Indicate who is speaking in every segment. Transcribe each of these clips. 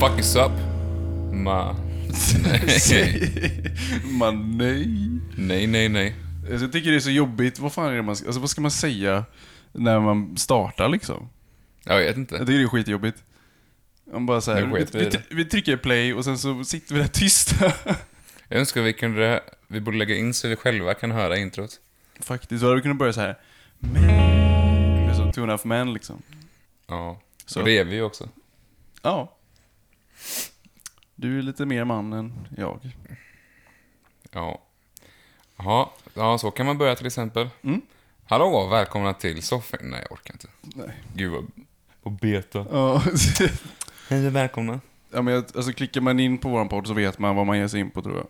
Speaker 1: fuck is up? Ma... Nej.
Speaker 2: Man, nej.
Speaker 1: nej, nej, nej.
Speaker 2: Alltså, jag tycker det är så jobbigt. Vad fan är det man ska, alltså, vad ska man säga när man startar liksom?
Speaker 1: Jag vet inte.
Speaker 2: Jag tycker det är skitjobbigt. Man bara så här,
Speaker 1: Nu
Speaker 2: vi,
Speaker 1: sket vi i
Speaker 2: vi,
Speaker 1: det.
Speaker 2: vi trycker play och sen så sitter vi där tysta.
Speaker 1: Jag önskar vi kunde... Vi borde lägga in så vi själva kan höra introt.
Speaker 2: Faktiskt, då hade vi kunnat börja så här. Men, med som two and a half men liksom.
Speaker 1: Ja.
Speaker 2: Så.
Speaker 1: Och det är vi ju också.
Speaker 2: Ja. Du är lite mer man än jag.
Speaker 1: Ja. Jaha, ja, så kan man börja till exempel.
Speaker 2: Mm.
Speaker 1: Hallå, välkomna till soffan. Nej, jag orkar inte.
Speaker 2: Nej.
Speaker 1: Gud vad... På beta.
Speaker 2: Ja,
Speaker 1: Hej och välkomna.
Speaker 2: ja men jag, alltså klickar man in på våran podd så vet man vad man ger sig in på tror jag.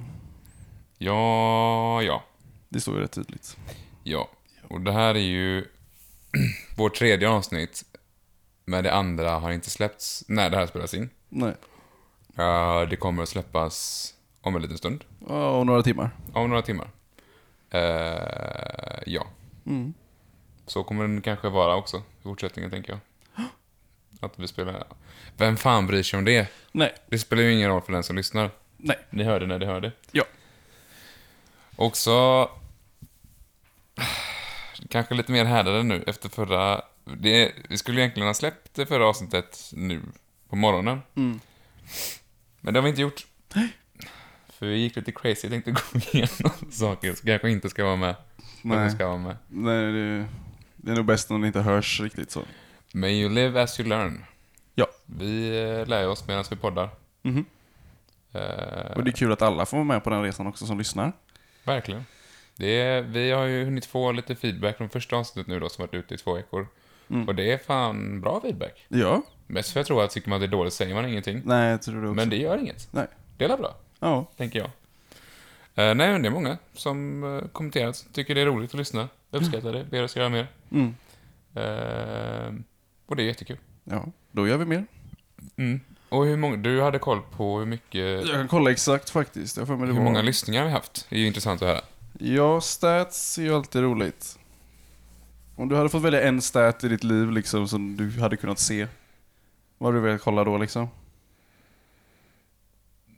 Speaker 1: Ja, ja,
Speaker 2: Det står ju rätt tydligt.
Speaker 1: ja. Och det här är ju vårt tredje avsnitt. Men det andra har inte släppts när det här spelas in.
Speaker 2: Nej.
Speaker 1: Eh, det kommer att släppas om en liten stund.
Speaker 2: Ja, och några timmar.
Speaker 1: Om några timmar. Eh, ja.
Speaker 2: Mm.
Speaker 1: Så kommer den kanske vara också i fortsättningen, tänker jag. Att vi spelar... Vem fan bryr sig om det?
Speaker 2: Nej.
Speaker 1: Det spelar ju ingen roll för den som lyssnar.
Speaker 2: Nej.
Speaker 1: Ni hörde när ni hörde.
Speaker 2: Ja.
Speaker 1: Också... Kanske lite mer härdade nu efter förra... Det, vi skulle egentligen ha släppt det förra avsnittet nu på morgonen.
Speaker 2: Mm.
Speaker 1: Men det har vi inte gjort. För vi gick lite crazy och tänkte gå igenom saker som kanske inte ska vara med. men
Speaker 2: Nej.
Speaker 1: som Ska vara med.
Speaker 2: Nej, det, det är nog bäst om det inte hörs riktigt så.
Speaker 1: Men you live as you learn.
Speaker 2: Ja.
Speaker 1: Vi eh, lär oss medan vi poddar.
Speaker 2: Mhm.
Speaker 1: Eh,
Speaker 2: Och det är kul att alla får vara med på den resan också som lyssnar.
Speaker 1: Verkligen. Det är, vi har ju hunnit få lite feedback från första avsnittet nu då som varit ute i två veckor.
Speaker 2: Mm.
Speaker 1: Och det är fan bra feedback.
Speaker 2: Ja.
Speaker 1: Mest för jag tror att tycker man det är dåligt säger man ingenting.
Speaker 2: Nej, jag tror det också.
Speaker 1: Men det gör inget.
Speaker 2: Nej.
Speaker 1: Det är väl bra,
Speaker 2: Ja.
Speaker 1: tänker jag. Eh, nej, men det är många som eh, kommenterat, tycker det är roligt att lyssna, uppskattar det, ber oss göra mer.
Speaker 2: Mm.
Speaker 1: Eh, och det är jättekul.
Speaker 2: Ja, då gör vi mer.
Speaker 1: Mm. Och hur många, du hade koll på hur mycket,
Speaker 2: Jag kan kolla exakt faktiskt. Jag får med det
Speaker 1: hur
Speaker 2: var-
Speaker 1: många lyssningar vi haft. Det är ju intressant att höra.
Speaker 2: Ja, stats är ju alltid roligt. Om du hade fått välja en stat i ditt liv liksom som du hade kunnat se. Vad hade du velat kolla då liksom?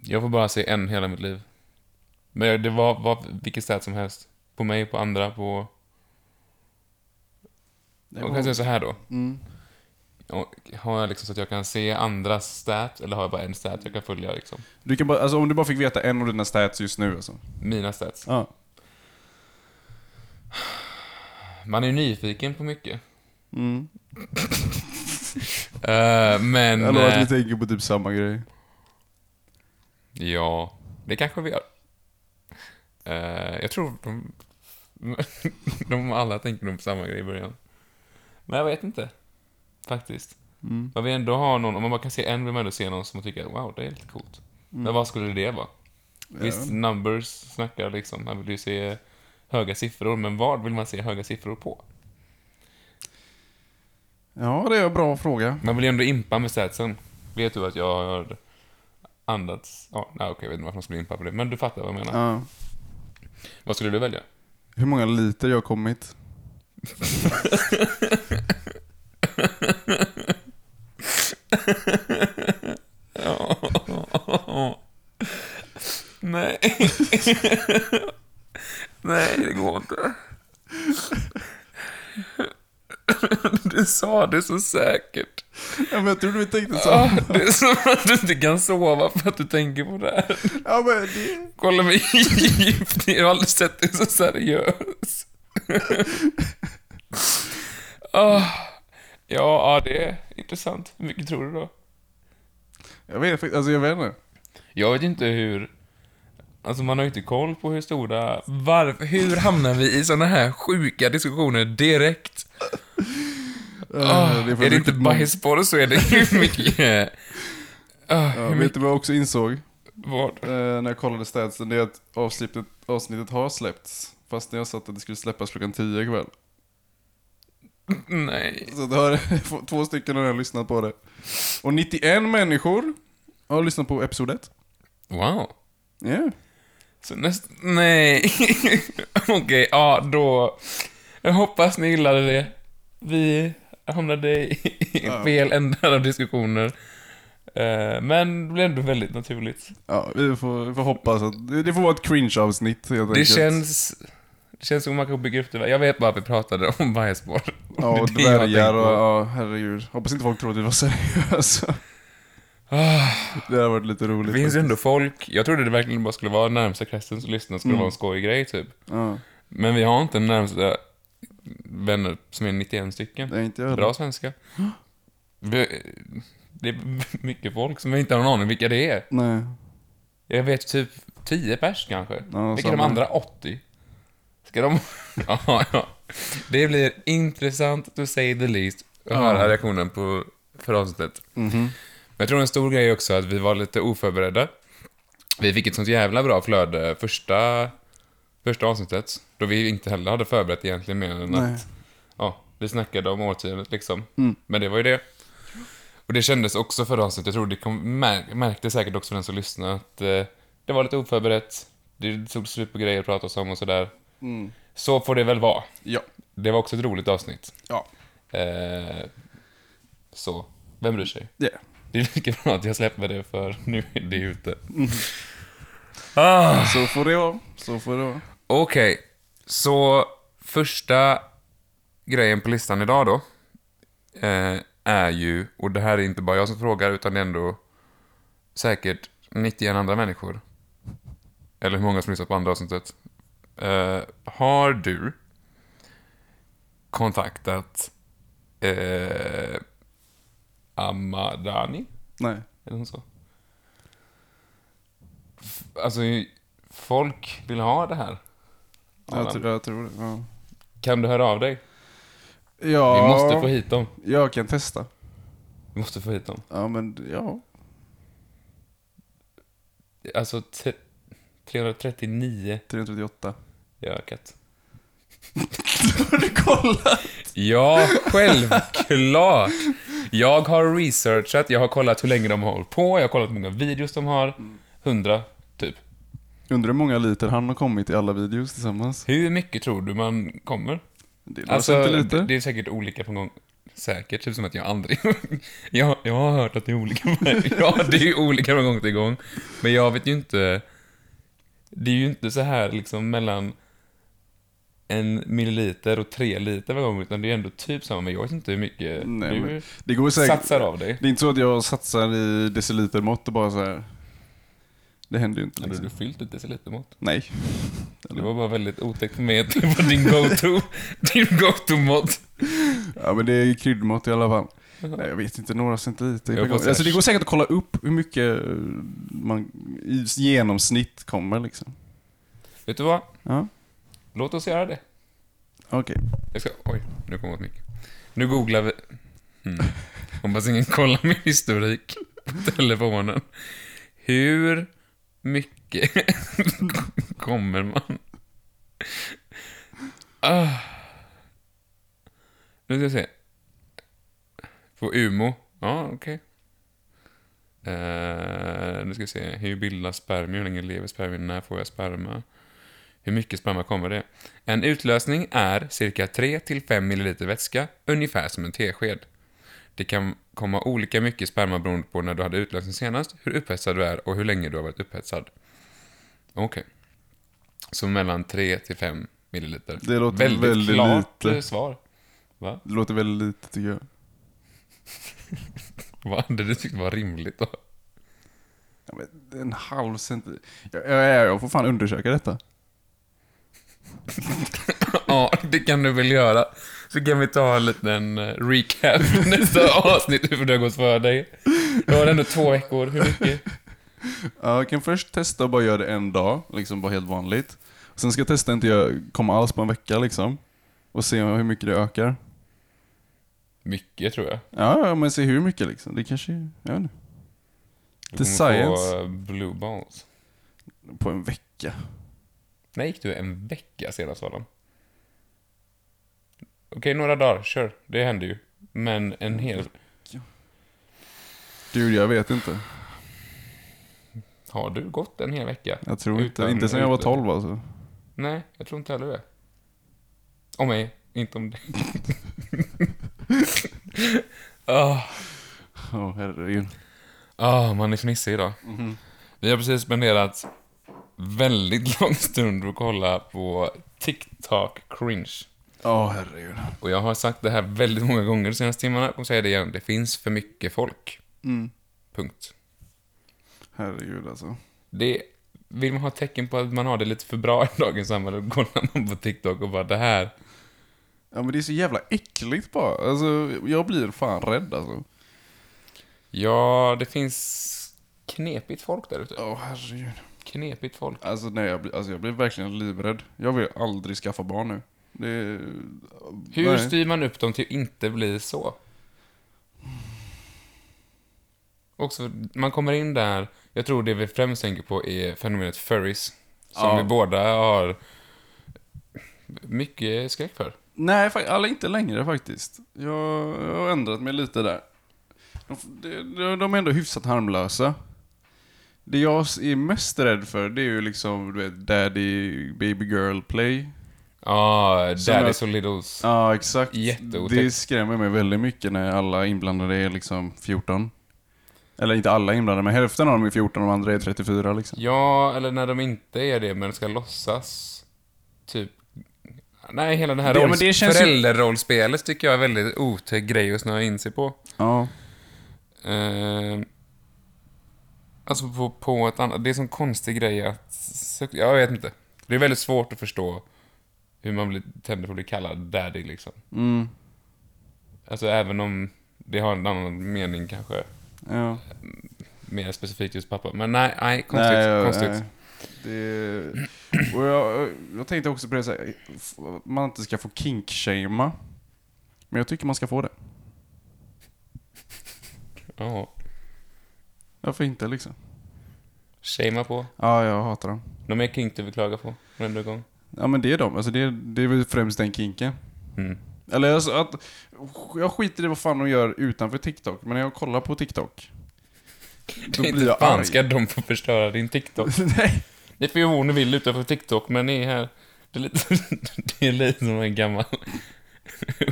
Speaker 1: Jag får bara se en hela mitt liv. Men jag- det var, var vilket stat som helst. På mig, på andra, på...
Speaker 2: Det
Speaker 1: Jag
Speaker 2: var-
Speaker 1: kan säga så här då.
Speaker 2: Mm.
Speaker 1: Och Har jag liksom så att jag kan se andras stat, eller har jag bara en stat jag kan följa liksom?
Speaker 2: Du kan bara, alltså om du bara fick veta en av dina stats just nu alltså.
Speaker 1: Mina stats.
Speaker 2: Ja.
Speaker 1: Man är ju nyfiken på mycket.
Speaker 2: Mm.
Speaker 1: Eh, men...
Speaker 2: Jag lovar
Speaker 1: eh,
Speaker 2: att vi tänker på typ samma grej.
Speaker 1: ja, det kanske vi gör. Eh, jag tror de... de alla tänker nog på samma grej i början. Men jag vet inte. Faktiskt.
Speaker 2: Mm.
Speaker 1: Man vill ändå ha någon, om man bara kan se en vill man ändå se någon som man tycker wow, det är lite coolt. Men vad skulle det vara? Visst, numbers snackar liksom, man vill ju se höga siffror, men vad vill man se höga siffror på?
Speaker 2: Ja, det är en bra fråga.
Speaker 1: Man vill ju ändå impa med statsen. Vet du att jag har andats... Ja, nej, okej, jag vet inte varför man skulle impa på det, men du fattar vad jag menar.
Speaker 2: Ja.
Speaker 1: Vad skulle du välja?
Speaker 2: Hur många liter jag har kommit?
Speaker 1: Nej. Nej, det går inte. Du sa det så säkert.
Speaker 2: Ja, men jag tror du tänkte så.
Speaker 1: Ja, det är som att du inte kan sova för att du tänker på det här.
Speaker 2: Ja, men det...
Speaker 1: Kolla mig djupt ner, jag har aldrig sett dig så seriös. Ah, ja, ja, det är intressant. Hur mycket tror du då?
Speaker 2: Jag vet faktiskt, alltså jag vet inte.
Speaker 1: Jag vet inte hur... Alltså man har ju inte koll på hur stora... Varför, hur hamnar vi i såna här sjuka diskussioner direkt? Ah,
Speaker 2: Eh, för
Speaker 1: är det inte
Speaker 2: mycket-
Speaker 1: bajsboll så är det ju mycket... Ah,
Speaker 2: Ja,
Speaker 1: hur mycket
Speaker 2: vet du vad jag också insåg?
Speaker 1: vad?
Speaker 2: Eh, när jag kollade statsen, det är att avsnittet, avsnittet har släppts. Fast när jag satt att det skulle släppas klockan 10 ikväll.
Speaker 1: Nej.
Speaker 2: Så det har, två stycken har redan lyssnat på det. Och 91 människor har lyssnat på episodet.
Speaker 1: Wow.
Speaker 2: Ja.
Speaker 1: Så näst... Nej. Okej, ja då. Jag hoppas ni gillade det. Vi hamnade i
Speaker 2: Ja.
Speaker 1: fel ändar av diskussioner. Eh, men det blev ändå väldigt naturligt.
Speaker 2: Ja, vi får, vi får hoppas att... Det får vara ett cringe-avsnitt helt
Speaker 1: Det
Speaker 2: enkelt.
Speaker 1: känns... Det känns som man kan bygga upp det. Jag vet bara att vi pratade om vargspår.
Speaker 2: Ja, och
Speaker 1: Det är det jag
Speaker 2: dvärgar och...
Speaker 1: tänker på.
Speaker 2: Ja, herregud. Hoppas inte folk tror att vi var seriösa. Det hade varit lite roligt.
Speaker 1: Ah. Det finns ju
Speaker 2: faktiskt.
Speaker 1: ändå folk. Jag trodde det verkligen bara skulle vara närmsta kretsen som lyssnade skulle vara en skojig grej typ.
Speaker 2: Ja,
Speaker 1: Men vi har inte en närmsta vänner som är 91 stycken.
Speaker 2: det är inte jag heller.
Speaker 1: Bra svenska. Vi, det är mycket folk som jag inte har någon aning vilka det är.
Speaker 2: Nej.
Speaker 1: Jag vet typ 10 pers kanske.
Speaker 2: Ja,
Speaker 1: vilka är de
Speaker 2: samma.
Speaker 1: andra 80? Ska de... ja, ja. Det blir intressant to say the least att höra reaktionen på för avsnittet.
Speaker 2: Mhm.
Speaker 1: Men jag tror en stor grej också är att vi var lite oförberedda. Vi fick ett sånt jävla bra flöde första, första avsnittet. Då vi inte heller hade förberett egentligen mer än
Speaker 2: Nej.
Speaker 1: att ja, vi snackade om årtiondet liksom.
Speaker 2: Mm.
Speaker 1: Men det var ju det. Och det kändes också förra avsnittet, jag tror det kom, mär, märkte säkert också den som lyssnade att eh, det var lite oförberett. Det tog slut på grejer att prata oss om och sådär.
Speaker 2: Mm.
Speaker 1: Så får det väl vara.
Speaker 2: Ja.
Speaker 1: Det var också ett roligt avsnitt.
Speaker 2: Ja.
Speaker 1: Eh, så, vem bryr sig?
Speaker 2: Ja.
Speaker 1: Det är lika bra att jag släpper det för nu är det ute.
Speaker 2: Mm.
Speaker 1: Ah,
Speaker 2: Så får det vara. Så får det vara.
Speaker 1: Okej, så första grejen på listan idag då eh, är ju, och det här är inte bara jag som frågar utan det är ändå säkert 91 andra människor. Eller hur många som lyssnat på andra avsnittet. Eh, har du kontaktat eh, Amadani?
Speaker 2: Nej.
Speaker 1: Eller något så. F- Alltså, folk vill ha det här.
Speaker 2: Jag, tror- jag tror det. Ja.
Speaker 1: Kan du höra av dig? Vi
Speaker 2: ja.
Speaker 1: måste få hit dem.
Speaker 2: Jag kan testa.
Speaker 1: Vi måste få hit dem.
Speaker 2: Ja, men ja.
Speaker 1: Alltså, t- 339
Speaker 2: 338.
Speaker 1: i ökat.
Speaker 2: Har du kollat?
Speaker 1: Ja, självklart! Jag har researchat, jag har kollat hur länge de har hållit på, jag har kollat hur många videos de har. 100, typ.
Speaker 2: Undrar hur många liter han har kommit i alla videos tillsammans.
Speaker 1: Hur mycket tror du man kommer?
Speaker 2: Det är
Speaker 1: Alltså,
Speaker 2: alltså, inte lite.
Speaker 1: det det är säkert olika på en gång. Säkert, typ som att jag aldrig... jag, jag har hört att det är olika. ja, det är olika från gång till gång. Men jag vet ju inte... Det är ju inte så här liksom mellan en milliliter och tre liter varje gång, utan det är ändå typ samma. Men jag vet inte hur mycket
Speaker 2: Nej,
Speaker 1: du
Speaker 2: men det går säkert.
Speaker 1: satsar av dig.
Speaker 2: Det är inte så att jag satsar i decilitermått och bara så här. Det händer ju inte
Speaker 1: Hade
Speaker 2: liksom.
Speaker 1: du fyllt ett decilitermått?
Speaker 2: Nej.
Speaker 1: Det var bara väldigt otäckt för mig att det var din go-to. din go-to-mått.
Speaker 2: Ja men det är kryddmått i alla fall. Nej, jag vet inte, några centiliter.
Speaker 1: Jag får säga-
Speaker 2: alltså, det går säkert att kolla upp hur mycket eh, man i genomsnitt kommer liksom.
Speaker 1: Vet du vad?
Speaker 2: Ja,
Speaker 1: Låt oss göra det.
Speaker 2: okej.
Speaker 1: Jag ska... Oj, nu kommer åt mycket. Nu googlar vi... Mm. Hoppas ingen kollar min historik på telefonen. Hur mycket kommer man... Ah. Nu ska vi se. På Umo. Ja, okej. Eh, nu ska vi se. Hur bildas spermier? Hur länge lever spermien? När får jag sperma? Hur mycket sperma kommer det? En utlösning är cirka 3-5 ml vätska, ungefär som en tesked. Det kan komma olika mycket sperma beroende på när du hade utlösning senast, hur upphetsad du är och hur länge du har varit upphetsad. Okej. Så mellan 3-5 ml.
Speaker 2: Det låter
Speaker 1: väldigt,
Speaker 2: väldigt
Speaker 1: klart
Speaker 2: lite.
Speaker 1: eh, svar. Va?
Speaker 2: Det låter väldigt lite tycker jag.
Speaker 1: Vad hade du tyckt var rimligt då?
Speaker 2: Ja, men en halv centimeter. Jag, jag, jag får fan undersöka detta.
Speaker 1: ja, det kan du väl göra. Så kan vi ta en liten eh, recap nästa avsnitt, hur det har gått för dig. Du har ändå två veckor, hur mycket?
Speaker 2: Ja, jag kan först testa och bara göra det en dag, liksom bara helt vanligt. Sen ska jag testa att inte jag komma alls på en vecka liksom. Och se hur mycket det ökar.
Speaker 1: Mycket, tror jag.
Speaker 2: Ja, ja, men se hur mycket liksom. Det kanske, jag vet inte.
Speaker 1: Du
Speaker 2: The
Speaker 1: kommer få,
Speaker 2: science.
Speaker 1: eh, blue balls.
Speaker 2: På en vecka.
Speaker 1: När gick du en vecka senast, Adam? Okej, några dagar, kör. Det händer ju. Men en hel...
Speaker 2: Dude, jag vet inte.
Speaker 1: Har du gått en hel vecka?
Speaker 2: Jag tror inte.
Speaker 1: Utan-
Speaker 2: inte sen jag var
Speaker 1: utan-
Speaker 2: 12 alltså.
Speaker 1: Nej, jag tror inte heller det. Om mig, inte om dig. Ah.
Speaker 2: Åh herregud.
Speaker 1: Ah, man är fnissig idag. Vi har precis spenderat väldigt lång stund på att kolla på TikTok cringe.
Speaker 2: Ja, herregud.
Speaker 1: Och jag har sagt det här väldigt många gånger de senaste timmarna. Jag kommer säga det igen. Det finns för mycket folk.
Speaker 2: Mm.
Speaker 1: Punkt.
Speaker 2: Herregud alltså.
Speaker 1: Det, vill man ha tecken på att man har det lite för bra i dagens samhälle, då kollar man på TikTok och bara det här.
Speaker 2: Ja men det är så jävla äckligt bara. Alltså, jag blir fan rädd alltså.
Speaker 1: Ja, det finns knepigt folk där ute.
Speaker 2: Ja, herregud.
Speaker 1: Knepigt folk.
Speaker 2: Alltså nej, jag blir, alltså, jag blir verkligen livrädd. Jag vill aldrig skaffa barn nu. Det är...
Speaker 1: Hur
Speaker 2: nej.
Speaker 1: styr man upp dem till att inte bli så? Också, man kommer in där, jag tror det vi främst tänker på är fenomenet furries. Som
Speaker 2: Ja.
Speaker 1: vi båda har mycket skräck för.
Speaker 2: Nej, fa- alla inte längre faktiskt. Jag, jag har ändrat mig lite där. De, f- de- de, de är ändå hyfsat harmlösa. Det jag s- är mest rädd för, det är ju liksom du vet, daddy, baby girl play.
Speaker 1: Ja,
Speaker 2: Som
Speaker 1: Daddy
Speaker 2: jag-
Speaker 1: Solidos.
Speaker 2: Ja, exakt.
Speaker 1: Jätteotäckt.
Speaker 2: Det skrämmer mig väldigt mycket när alla inblandade är liksom 14. Eller inte alla inblandade, men hälften av dem är 14 och de andra är 34 liksom.
Speaker 1: Ja, eller när de inte är det, men ska låtsas. Typ... Nej, hela det här
Speaker 2: Det-
Speaker 1: det,
Speaker 2: men det känns ju-
Speaker 1: förälderrollspelet tycker jag är väldigt otäck grej att snöa in sig på.
Speaker 2: Ja.
Speaker 1: Eh, alltså på, på ett annat... Det är en sån konstig grej att... sök- Jag vet inte. Det är väldigt svårt att förstå hur man blir, tänder på att bli kallad daddy liksom.
Speaker 2: Mm.
Speaker 1: Alltså även om det har en annan mening kanske.
Speaker 2: Ja.
Speaker 1: Mer specifikt just pappa. Men nej, nej konstigt.
Speaker 2: jag-
Speaker 1: konstigt.
Speaker 2: nej. Det, och jag, jag tänkte också på det så här, f- man inte ska få kink-shamea. Men jag tycker man ska få det.
Speaker 1: Ja.
Speaker 2: Varför inte liksom?
Speaker 1: Shamea på.
Speaker 2: Ja, jag hatar dem.
Speaker 1: Någon mer kink du vill klaga typ, på? Varenda gång?
Speaker 2: Ja men det är dem, alltså det, är- det är väl främst den kinken.
Speaker 1: Mm.
Speaker 2: Eller alltså att, jag skiter i vad fan de gör utanför TikTok, men när jag kollar på TikTok.
Speaker 1: Det är inte fan ska de få förstöra din TikTok.
Speaker 2: Nej.
Speaker 1: Ni får göra vad ni vill utanför TikTok, men ni är här... Det är lite, det är lite som en gammal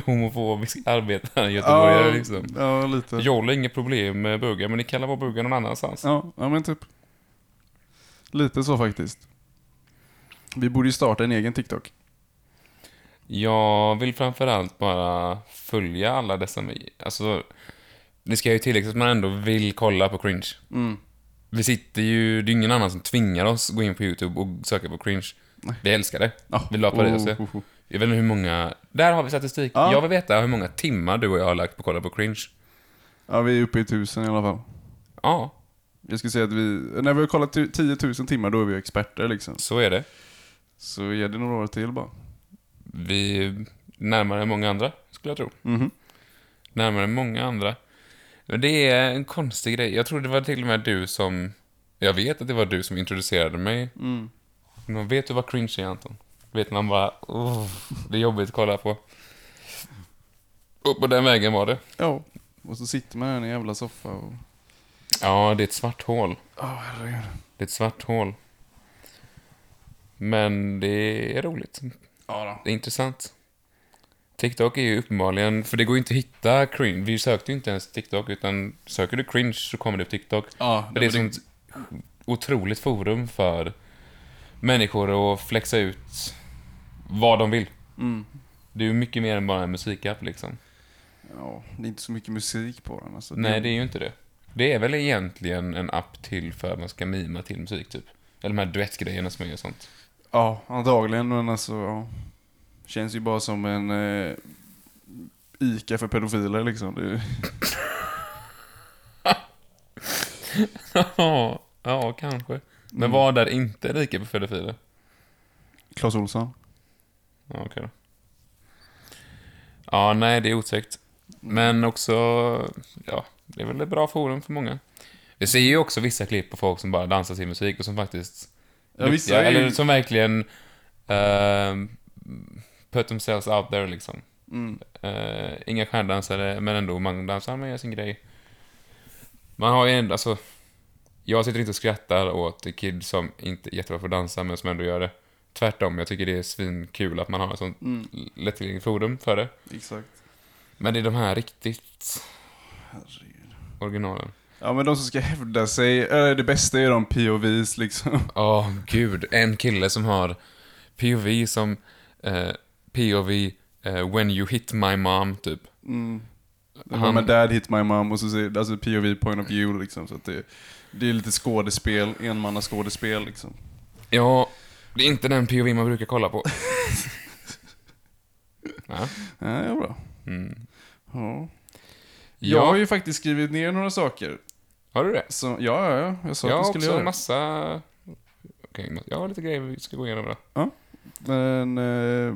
Speaker 1: homofobisk arbetare i Göteborg,
Speaker 2: Ja,
Speaker 1: liksom.
Speaker 2: ja, lite.
Speaker 1: Jag har inget problem med bugar, men ni kallar våra bugar någon annanstans.
Speaker 2: Ja, ja men typ. Lite så faktiskt. Vi borde ju starta en egen TikTok.
Speaker 1: Jag vill framförallt bara följa alla dessa... Alltså, det ska ju tilläggas att man ändå vill kolla på cringe.
Speaker 2: Mm.
Speaker 1: Vi sitter ju... Det är ingen annan som tvingar oss att gå in på YouTube och söka på cringe.
Speaker 2: Nej.
Speaker 1: Vi älskar det.
Speaker 2: Ja.
Speaker 1: Vill du ha Paris, ja?
Speaker 2: Ah. oh, oh.
Speaker 1: Jag vet inte hur många... Där har vi statistik.
Speaker 2: Ja.
Speaker 1: Jag vill veta hur många timmar du och jag har lagt på att kolla på cringe.
Speaker 2: Ja, vi är uppe i tusen i alla fall.
Speaker 1: Ja,
Speaker 2: Jag skulle säga att vi, när vi har kollat tu- 10 000 timmar då är vi experter liksom.
Speaker 1: så är det.
Speaker 2: Så ge det några år till bara.
Speaker 1: Vi är närmare än många andra, skulle jag tro.
Speaker 2: Mhm.
Speaker 1: Närmare än många andra. Men Det är en konstig grej. Jag tror det var till och med du som... Jag vet att det var du som introducerade mig.
Speaker 2: Mm.
Speaker 1: Men vet du vad cringe är, Anton? Vet man bara... "Åh, det är jobbigt att kolla på. Och på den vägen var det.
Speaker 2: Ja. Och så sitter man här i en jävla soffa och...
Speaker 1: Ja, det är ett svart hål.
Speaker 2: Ja, herregud.
Speaker 1: Det är ett svart hål. Men det är roligt.
Speaker 2: Ja då.
Speaker 1: Det är intressant. TikTok är ju uppenbarligen, för det går ju inte att hitta cringe. Vi sökte ju inte ens TikTok, utan söker du cringe så kommer det upp TikTok.
Speaker 2: Ja,
Speaker 1: Men det är ett sånt otroligt forum för människor att flexa ut vad de vill.
Speaker 2: Mm.
Speaker 1: Det är ju mycket mer än bara en musikapp liksom.
Speaker 2: Ja, det är inte så mycket musik på den alltså.
Speaker 1: Nej, det är ju inte det. Det är väl egentligen en app till för att man ska mima till musik typ. Eller de här duettgrejerna som är och sånt.
Speaker 2: Ja, antagligen men alltså ja. Känns ju bara som en eh, Ica för pedofiler liksom. Det, är-
Speaker 1: ja, Mm. ja, kanske. Men vad är inte rika på pedofiler?
Speaker 2: Claes Olsson.
Speaker 1: Ja, okej då. Ja, nej, det är otäckt. Men också, ja, det är väl ett bra forum för många. Vi ser ju också vissa klipp på folk som bara dansar till musik och som faktiskt...
Speaker 2: Ja, vissa
Speaker 1: luktar-
Speaker 2: är ju-
Speaker 1: Eller som verkligen... Uh, put themselves out there, liksom.
Speaker 2: Mm.
Speaker 1: Eh, inga stjärndansare, men ändå, man dansar, man gör sin grej. Man har ju ändå, alltså... Jag sitter inte och skrattar åt kids som inte är jättebra på att dansa, men som ändå gör det. Tvärtom, jag tycker det är svinkul att man har ett sånt
Speaker 2: Mm.
Speaker 1: lättillgängligt forum för det.
Speaker 2: Exakt.
Speaker 1: Men det är de här riktigt
Speaker 2: Herregud.
Speaker 1: originalen.
Speaker 2: Ja men de som ska hävda sig, eh, det bästa är de POVs liksom.
Speaker 1: Åh, gud. En kille som har POV som eh, POV eh, When you hit my mom, typ.
Speaker 2: Mm.
Speaker 1: Han-
Speaker 2: Han... My dad hit my mom och så säger alltså POV, point of view liksom. Så att det, det är lite skådespel, enmannaskådespel liksom.
Speaker 1: Ja, det är inte den POV man brukar kolla på. ja.
Speaker 2: Ja, det är bra.
Speaker 1: Mm.
Speaker 2: Ja. Jag har
Speaker 1: ja,
Speaker 2: ju faktiskt skrivit ner några saker.
Speaker 1: har du det?
Speaker 2: Som, ja, ja, ja, jag sa
Speaker 1: Jag
Speaker 2: att
Speaker 1: har
Speaker 2: jag skulle
Speaker 1: också
Speaker 2: göra
Speaker 1: en
Speaker 2: det.
Speaker 1: massa... Okej, jag har lite grejer vi ska gå igenom då.
Speaker 2: Men, eh,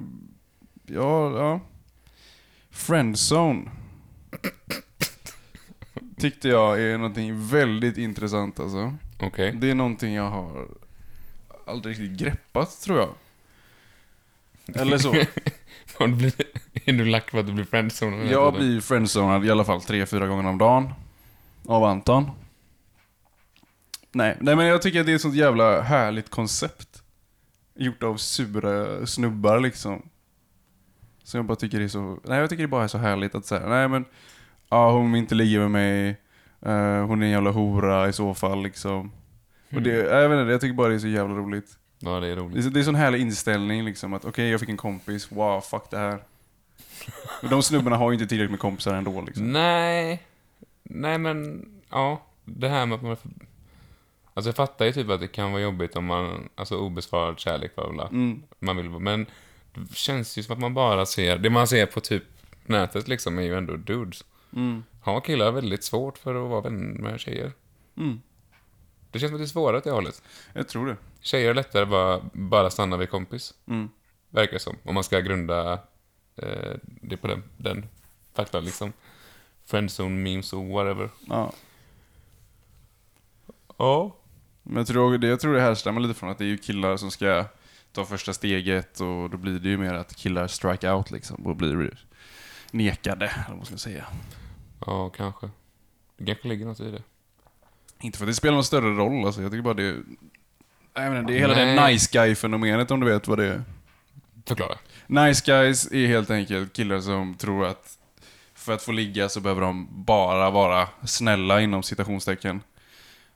Speaker 2: ja, ja. Friendzone. Tyckte jag är någonting väldigt intressant alltså.
Speaker 1: Okej.
Speaker 2: Det är någonting jag har aldrig riktigt greppat tror jag. Eller så.
Speaker 1: Har du blivit- Är du lack för att du blir friendzonad? hela
Speaker 2: Jag
Speaker 1: tiden?
Speaker 2: blir friendzonad i alla fall tre, fyra gånger om dagen. Av Anton. Nej, nej men jag tycker att det är ett sånt jävla härligt koncept. Gjort av sura snubbar liksom. Som jag bara tycker det är så... Nej, jag tycker det bara är så härligt att säga. Nej men... Ja, hon vill inte ligga med mig. Eh, hon är en jävla hora i så fall liksom. Och det, jag vet inte, jag tycker bara det är så jävla roligt.
Speaker 1: Mm. Ja, det är
Speaker 2: Det är,
Speaker 1: roligt.
Speaker 2: så- det är sån härlig inställning liksom att okej jag fick en kompis, wow fuck det här. Men de snubbarna har ju inte tillräckligt med kompisar ändå liksom.
Speaker 1: Mm. Nej. Nej, men... Ja. Det här med att man... är för- Alltså jag fattar ju typ att det kan vara jobbigt om man... Alltså obesvarad kärlek, bla bla, bla.
Speaker 2: Mm.
Speaker 1: man vill vara. Men det känns ju som att man bara ser... Det man ser på typ nätet liksom är ju ändå dudes.
Speaker 2: Mm.
Speaker 1: Har killar väldigt svårt för att vara vänner med tjejer?
Speaker 2: Mm.
Speaker 1: Det känns som att det är svårare åt det hållet.
Speaker 2: Jag tror det.
Speaker 1: Tjejer är lättare bara, bara stanna vid kompis.
Speaker 2: Mm.
Speaker 1: Verkar som. Om man ska grunda eh, det på den, den faktan liksom. Friendzone memes och whatever.
Speaker 2: Ja.
Speaker 1: Ja.
Speaker 2: Men jag tror, det, jag tror det härstammar lite från att det är ju killar som ska ta första steget och då blir det ju mer att killar strike out liksom och blir nekade, eller vad man ska säga.
Speaker 1: Ja, kanske. Det kanske ligger något i det.
Speaker 2: Inte för att det spelar någon större roll alltså, jag tycker bara det är... Jag menar, det är hela det
Speaker 1: Nej.
Speaker 2: nice guy-fenomenet om du vet vad det är.
Speaker 1: Förklara.
Speaker 2: Nice guys är helt enkelt killar som tror att för att få ligga så behöver de bara vara snälla inom citationstecken.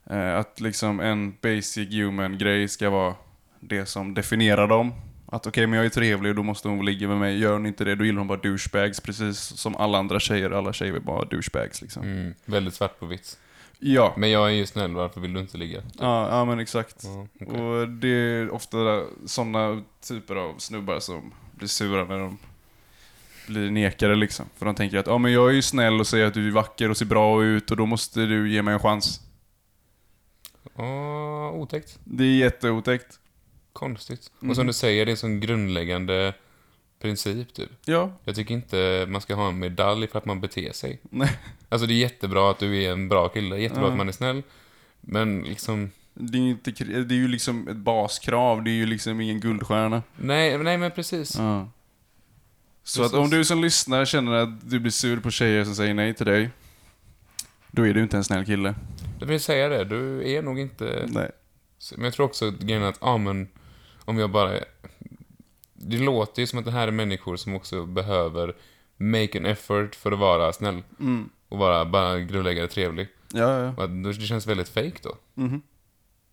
Speaker 2: Eh, Att liksom en basic human grej ska vara det som definierar dem. Att okej, men jag är trevlig och då måste hon ligga med mig. Gör hon inte det, då gillar hon bara douchebags. Precis som alla andra tjejer. Alla tjejer vill bara ha douchebags liksom.
Speaker 1: Mm, väldigt svart på vitt.
Speaker 2: Ja.
Speaker 1: Men jag är ju snäll, varför vill du inte ligga?
Speaker 2: ja, ja men exakt.
Speaker 1: Ja, okej.
Speaker 2: Och det är ofta sådana typer av snubbar som blir sura när de blir nekade liksom. För de tänker att ah, men jag är ju snäll och säger att du är vacker och ser bra ut och då måste du ge mig en chans.
Speaker 1: Ja, otäckt.
Speaker 2: Det är jätteotäckt.
Speaker 1: Konstigt.
Speaker 2: Mm.
Speaker 1: Och som du säger, det är en sån grundläggande princip typ.
Speaker 2: Ja.
Speaker 1: Jag tycker inte man ska ha en medalj för att man beter sig.
Speaker 2: Nej.
Speaker 1: Alltså det är jättebra att du är en bra kille, jättebra
Speaker 2: Ja.
Speaker 1: att man är snäll. Men liksom,
Speaker 2: Det är, ju inte, kri- det är ju liksom ett baskrav, det är ju liksom ingen guldstjärna.
Speaker 1: nej, nej men precis.
Speaker 2: Ja. Så
Speaker 1: Precis.
Speaker 2: att om du som lyssnar känner att du blir sur på tjejer som säger nej till dig, då är du inte en snäll kille.
Speaker 1: Jag vill säga det, du är nog inte...
Speaker 2: Nej.
Speaker 1: Men jag tror också att grejen är att, ja men, om jag bara... Det låter ju som att det här är människor som också behöver make an effort för att vara snäll.
Speaker 2: Mm.
Speaker 1: Och vara bara grundläggande trevlig.
Speaker 2: Ja, ja.
Speaker 1: Och att det känns väldigt fake då.
Speaker 2: Mhm.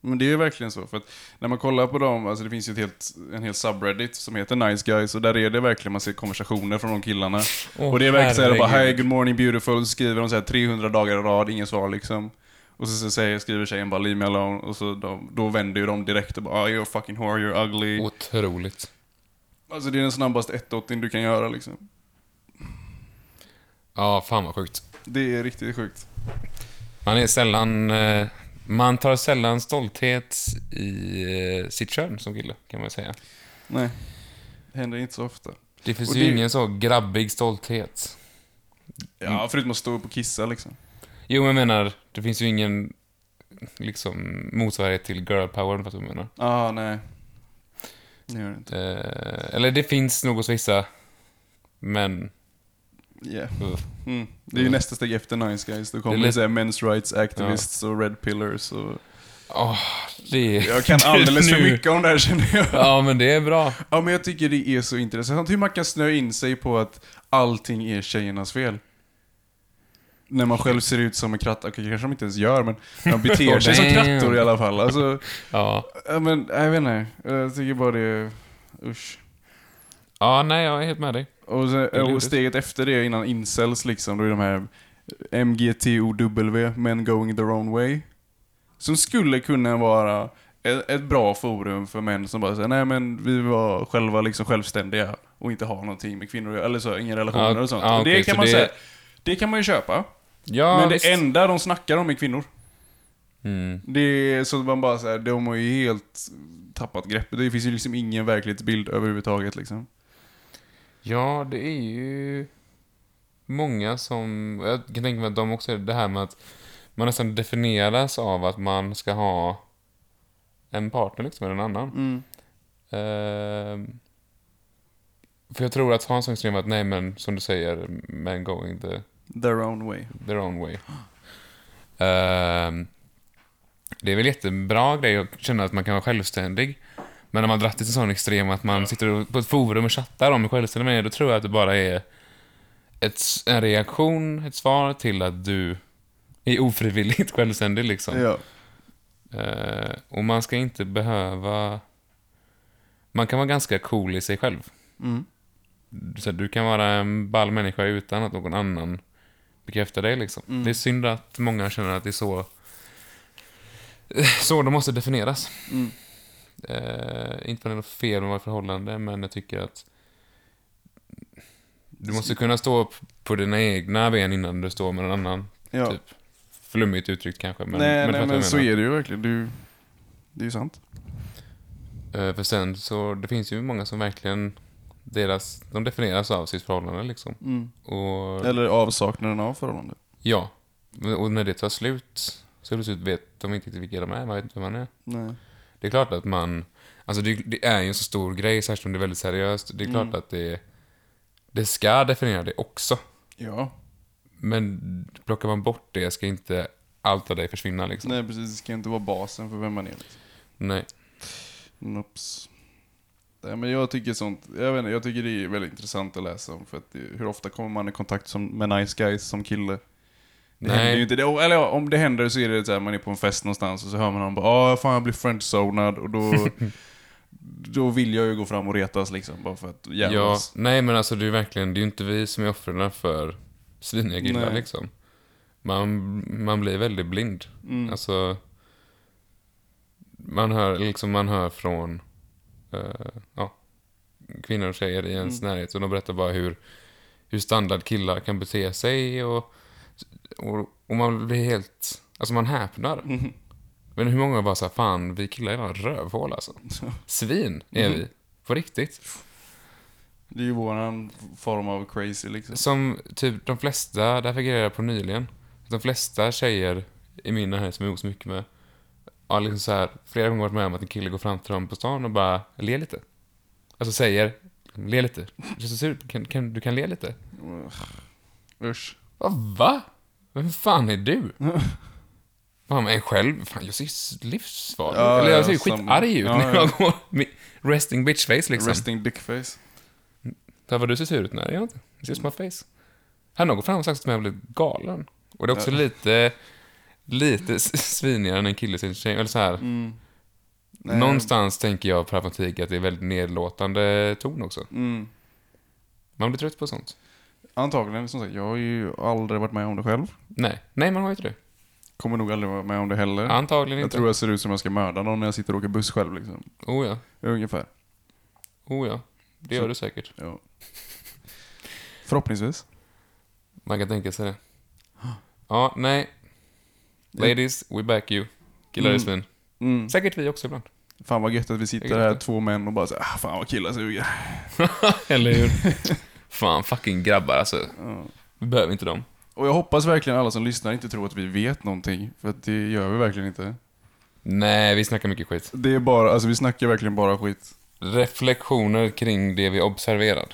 Speaker 2: Men det är ju verkligen så. För att när man kollar på dem, alltså det finns ju ett helt, en hel subreddit som heter Nice Guys och där är det verkligen, man ser konversationer från de killarna. och det är verkligen såhär, bara hej, good morning beautiful, så skriver de såhär 300 dagar i rad, ingen svar liksom. Och så, så säger, skriver tjejen bara leave me alone och så de, då vänder ju de direkt och bara ah, you're a fucking whore, you're ugly.
Speaker 1: Otroligt.
Speaker 2: Alltså det är den snabbaste 180 du kan göra liksom.
Speaker 1: Ja, fan vad sjukt.
Speaker 2: Det är riktigt sjukt.
Speaker 1: Man är sällan... eh, Man tar sällan stolthet i eh, sitt kön som kille, kan man säga.
Speaker 2: Nej. Det händer inte så ofta.
Speaker 1: Det finns
Speaker 2: Och
Speaker 1: ju
Speaker 2: det-
Speaker 1: ingen så grabbig stolthet.
Speaker 2: Ja, förutom att stå upp och kissa liksom.
Speaker 1: Jo, men jag menar, det finns ju ingen liksom motsvarighet till girl power, fast jag menar.
Speaker 2: Ah, nej. Det gör det inte.
Speaker 1: Eh, eller det finns nog hos vissa, men...
Speaker 2: Yeah.
Speaker 1: Uh,
Speaker 2: Mm. Det är ju
Speaker 1: Mm.
Speaker 2: nästa steg efter Nice Guys. Då kommer
Speaker 1: Det
Speaker 2: det,
Speaker 1: är lite-
Speaker 2: så här men's rights activists och red pillars och...
Speaker 1: åh, det...
Speaker 2: Jag kan alldeles för
Speaker 1: Nu.
Speaker 2: mycket om det här känner jag.
Speaker 1: Ja, men det är bra.
Speaker 2: Ja men jag tycker det är så intressant hur man kan snöa in sig på att allting är tjejernas fel. när man själv ser ut som en kratta. Okej, kanske de inte ens gör, men de beter sig som
Speaker 1: Damn.
Speaker 2: krattor i alla fall. Alltså,
Speaker 1: Ja.
Speaker 2: ja, men, jag vet inte. Jag tycker bara det är... Usch.
Speaker 1: Ja, nej, jag är helt med dig.
Speaker 2: Och, sen,
Speaker 1: är
Speaker 2: och
Speaker 1: lurigt.
Speaker 2: steget efter det, innan incels liksom, då är de här MGTOW, Men Going Their Own Way. Som skulle kunna vara ett, ett bra forum för män som bara säger nej men vi var själva liksom självständiga och inte har någonting med kvinnor att göra, eller så, inga relationer
Speaker 1: Ja,
Speaker 2: och sånt.
Speaker 1: ja,
Speaker 2: Och det
Speaker 1: okej,
Speaker 2: kan
Speaker 1: så
Speaker 2: man
Speaker 1: det-
Speaker 2: säga, det kan man ju köpa.
Speaker 1: Ja,
Speaker 2: men
Speaker 1: visst.
Speaker 2: det enda de snackar om är kvinnor.
Speaker 1: Mm.
Speaker 2: Det är så att man bara säger de har ju helt tappat greppet. Det finns ju liksom ingen verklighetsbild överhuvudtaget liksom.
Speaker 1: Ja, det är ju många som... Jag kan tänka mig att de också... Det här med att man nästan definieras av att man ska ha en partner liksom, eller en annan. Ehm, för jag tror att Hans Sundström var att nej men som du säger, men going the,
Speaker 2: Their own way.
Speaker 1: their own way. Ehm, det är väl jättebra grej att känna att man kan vara självständig. Men när man dratt till en sån extrem att man sitter och- på ett forum och chattar om hur självständig man är, då tror jag att det bara är ett, s- en reaktion, ett svar till att du är ofrivilligt självständig liksom.
Speaker 2: Ja.
Speaker 1: Eh, och man ska inte behöva... Man kan vara ganska cool i sig själv.
Speaker 2: Mm.
Speaker 1: Så att du kan vara en ball människa utan att någon annan bekräftar dig. Liksom.
Speaker 2: Mm.
Speaker 1: Det är synd att många känner att det är så... Så de måste definieras.
Speaker 2: Mm.
Speaker 1: Eh, inte för att det är något fel med vårt förhållande, men jag tycker att... Du måste kunna stå upp på dina egna ben innan du står med någon annan.
Speaker 2: Ja.
Speaker 1: Typ. Flummigt uttryckt kanske, men...
Speaker 2: nej,
Speaker 1: du
Speaker 2: nej,
Speaker 1: fattar vad
Speaker 2: men
Speaker 1: jag
Speaker 2: så
Speaker 1: menar.
Speaker 2: är det ju verkligen. Du, det är ju sant.
Speaker 1: Eh, För sen så, det finns ju många som verkligen, deras, de definieras av sitt förhållande liksom. Och
Speaker 2: Eller avsaknaden av förhållande.
Speaker 1: ja, och när det tar slut, så till slut vet de inte riktigt vilka de är, man vet inte vem man är.
Speaker 2: Nej.
Speaker 1: Det är klart att man, alltså det, det är ju en så stor grej, särskilt om det är väldigt seriöst. Det är klart
Speaker 2: Mm.
Speaker 1: att det, det ska definiera det också.
Speaker 2: Ja.
Speaker 1: Men plockar man bort det ska inte allt av dig försvinna liksom.
Speaker 2: Nej, precis. Det ska inte vara basen för vem man är. liksom.
Speaker 1: Nej.
Speaker 2: Nops. Nej, men jag tycker sånt, jag vet inte, jag tycker det är väldigt intressant att läsa om. För att det, hur ofta kommer man i kontakt som, med nice guys som kille? Det
Speaker 1: Nej.
Speaker 2: händer ju inte. Det, eller ja, om det händer så är det så här, man är på en fest någonstans och så hör man någon bara ah, fan jag blir friendzonad och då, då vill jag ju gå fram och retas liksom. Bara för att
Speaker 1: Ja,
Speaker 2: jävlas.
Speaker 1: nej men alltså det är ju verkligen, det är ju inte vi som är offren för sviniga killar
Speaker 2: Nej.
Speaker 1: liksom. Man, man blir väldigt blind.
Speaker 2: Mm.
Speaker 1: Alltså, man hör, liksom man hör från eh, ja, kvinnor och tjejer i ens
Speaker 2: Mm.
Speaker 1: närhet och de berättar bara hur, hur standard killar kan bete sig och, och, och man blir helt, alltså man häpnar.
Speaker 2: Mm-hmm.
Speaker 1: Men hur många bara såhär, fan vi killar är några rövhål alltså. Svin är
Speaker 2: Mm-hmm.
Speaker 1: vi, på riktigt.
Speaker 2: Det är ju våran form av crazy liksom.
Speaker 1: Som typ de flesta, det här fick jag reda på nyligen. De flesta tjejer i min närhet som jag umgås mycket med har liksom så här, flera gånger varit med om att en kille går fram till dem på stan och bara ler lite. Alltså säger, le lite. Du ser ut, kan, kan, du kan le lite.
Speaker 2: Usch.
Speaker 1: Va? va? Vem fan är du? Fan, men själv, fan jag ser livsfarlig
Speaker 2: Ja,
Speaker 1: Eller jag
Speaker 2: ja,
Speaker 1: ser ju
Speaker 2: som-
Speaker 1: skitarg ut
Speaker 2: ja,
Speaker 1: när
Speaker 2: ja.
Speaker 1: jag går. med Resting bitch face liksom.
Speaker 2: Resting dickface.
Speaker 1: Så här, vad du ser sur ut? Nej, det gör jag inte. Jag ser ut som en face. Han har gått fram och sagt att jag blivit galen. Och det är också lite, lite s- svinigare än en kille sin tjej. Eller så här.
Speaker 2: Nej.
Speaker 1: Mm. Någonstans tänker jag per automatik att det är väldigt nedlåtande ton också.
Speaker 2: Mm.
Speaker 1: Man blir trött på sånt.
Speaker 2: Antagligen, som sagt, jag har ju aldrig varit med om det själv.
Speaker 1: Nej, nej man har ju inte det.
Speaker 2: Kommer nog aldrig vara med om det heller.
Speaker 1: Antagligen
Speaker 2: jag
Speaker 1: inte.
Speaker 2: tror jag ser ut som jag ska mörda någon när jag sitter och åker buss själv liksom.
Speaker 1: Oh ja,
Speaker 2: Ungefär.
Speaker 1: oh ja. Det
Speaker 2: Så-
Speaker 1: gör du säkert.
Speaker 2: Ja. Förhoppningsvis.
Speaker 1: Man kan tänka sig det. Ja, nej. Ladies, we back you. Killar är
Speaker 2: Mm.
Speaker 1: svin.
Speaker 2: Mm.
Speaker 1: Säkert vi också ibland.
Speaker 2: Fan vad gött att vi sitter
Speaker 1: Jag
Speaker 2: här
Speaker 1: gråter.
Speaker 2: två män och bara såhär, ah, fan vad killar suger.
Speaker 1: Eller hur? Fan, fucking grabbar alltså.
Speaker 2: Ja.
Speaker 1: Vi behöver inte dem.
Speaker 2: Och jag hoppas verkligen alla som lyssnar inte tror att vi vet någonting. För att det gör vi verkligen inte.
Speaker 1: Nej, vi snackar mycket skit.
Speaker 2: Det är bara, alltså vi snackar verkligen bara skit.
Speaker 1: Reflektioner kring det vi observerar.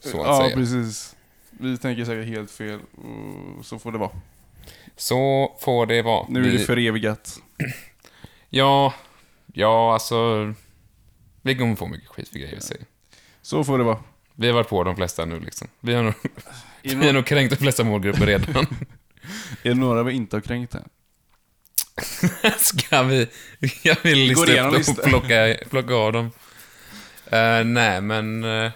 Speaker 1: Så att
Speaker 2: ja,
Speaker 1: säga.
Speaker 2: precis. Vi tänker säkert helt fel och så får det vara.
Speaker 1: Så får det vara.
Speaker 2: Nu är
Speaker 1: vi...
Speaker 2: det förevigat.
Speaker 1: Ja, ja alltså. Vi kommer få mycket skit för grejer vi säger.
Speaker 2: Så får det vara.
Speaker 1: Vi har varit på de flesta nu liksom. Vi har nog,
Speaker 2: I
Speaker 1: vi har nog kränkt de flesta målgrupper redan.
Speaker 2: Är det några vi inte har kränkt än?
Speaker 1: Ska vi... Jag vill lista
Speaker 2: igenom
Speaker 1: upp dem och
Speaker 2: listan.
Speaker 1: plocka, plocka av dem. Eh, nej, men... eh,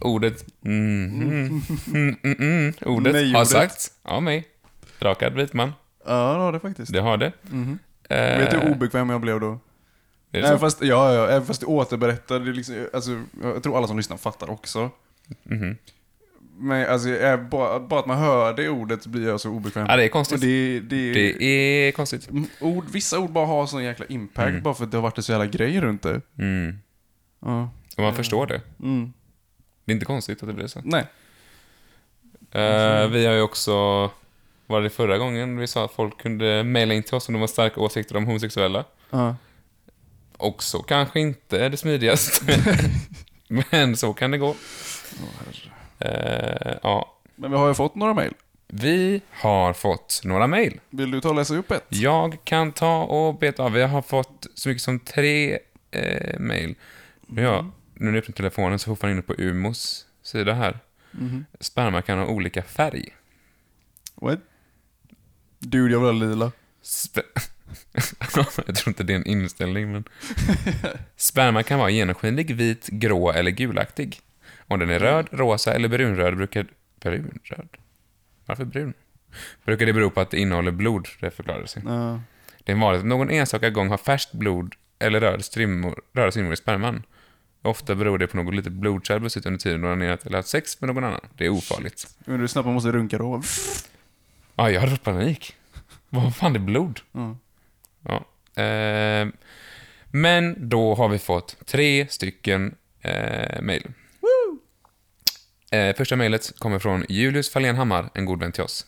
Speaker 1: ordet... Mm, mm, mm, mm, mm, ordet
Speaker 2: Nej,
Speaker 1: har
Speaker 2: ordet.
Speaker 1: sagts av mig. Rakad vit man.
Speaker 2: Ja, det har det faktiskt.
Speaker 1: Det har det.
Speaker 2: Mhm.
Speaker 1: Eh,
Speaker 2: Vet du hur obekväm jag blev då?
Speaker 1: är det
Speaker 2: Även
Speaker 1: så?
Speaker 2: fast, ja, ja, även fast du återberättar, det är liksom, alltså, jag tror alla som lyssnar fattar också.
Speaker 1: Mhm.
Speaker 2: Men alltså, jag, bara, bara att man hör det ordet blir jag så obekväm.
Speaker 1: Ja, det är
Speaker 2: Och
Speaker 1: konstigt. Det,
Speaker 2: det, det,
Speaker 1: är konstigt.
Speaker 2: Mm, Ord, vissa ord bara har sån jäkla impact, bara för att det har varit en så jävla grej runt det.
Speaker 1: Mm.
Speaker 2: Ja.
Speaker 1: Och man förstår det.
Speaker 2: Mm.
Speaker 1: Det är inte konstigt att det blir så.
Speaker 2: Nej.
Speaker 1: Eh, vi har ju också, var det förra gången vi sa att folk kunde mejla in till oss om de har starka åsikter om homosexuella?
Speaker 2: Ja.
Speaker 1: Också kanske inte det smidigaste. Men så kan det gå. Eh, ja.
Speaker 2: Men vi har ju fått några mejl.
Speaker 1: Vi har fått några mejl.
Speaker 2: Vill du ta och läsa upp ett?
Speaker 1: Jag kan ta och beta av. Vi har fått så mycket som tre eh, mejl. Nu, har jag- nu när jag öppnar telefonen så är jag fortfarande inne på Umos sida här.
Speaker 2: Mhm.
Speaker 1: Sperma kan ha olika färg.
Speaker 2: What? Dude, jag vill ha lila.
Speaker 1: Spe- jag tror inte det är en inställning, men... Sperma kan vara genomskinlig, vit, grå eller gulaktig. Om den är röd, rosa eller brunröd brukar... Brunröd? Varför brun? Brukar det bero på att det innehåller blod, det förklarar sig.
Speaker 2: Ja.
Speaker 1: Det är vanligt att någon enstaka gång har färskt blod eller röd strimmor, röda strimmor i sperman. Ofta beror det på något litet blodkärl brustit under tiden du onanerat eller haft sex med någon annan. Det är ofarligt.
Speaker 2: Undrar hur snabbt man måste runka då.
Speaker 1: Ja, jag hade fått panik. Vad fan, det är blod.
Speaker 2: Ja.
Speaker 1: Ja. Eh, men då har vi fått tre stycken eh, mejl. Eh, första mejlet kommer från Julius Fahlén Hammar, en god vän till oss.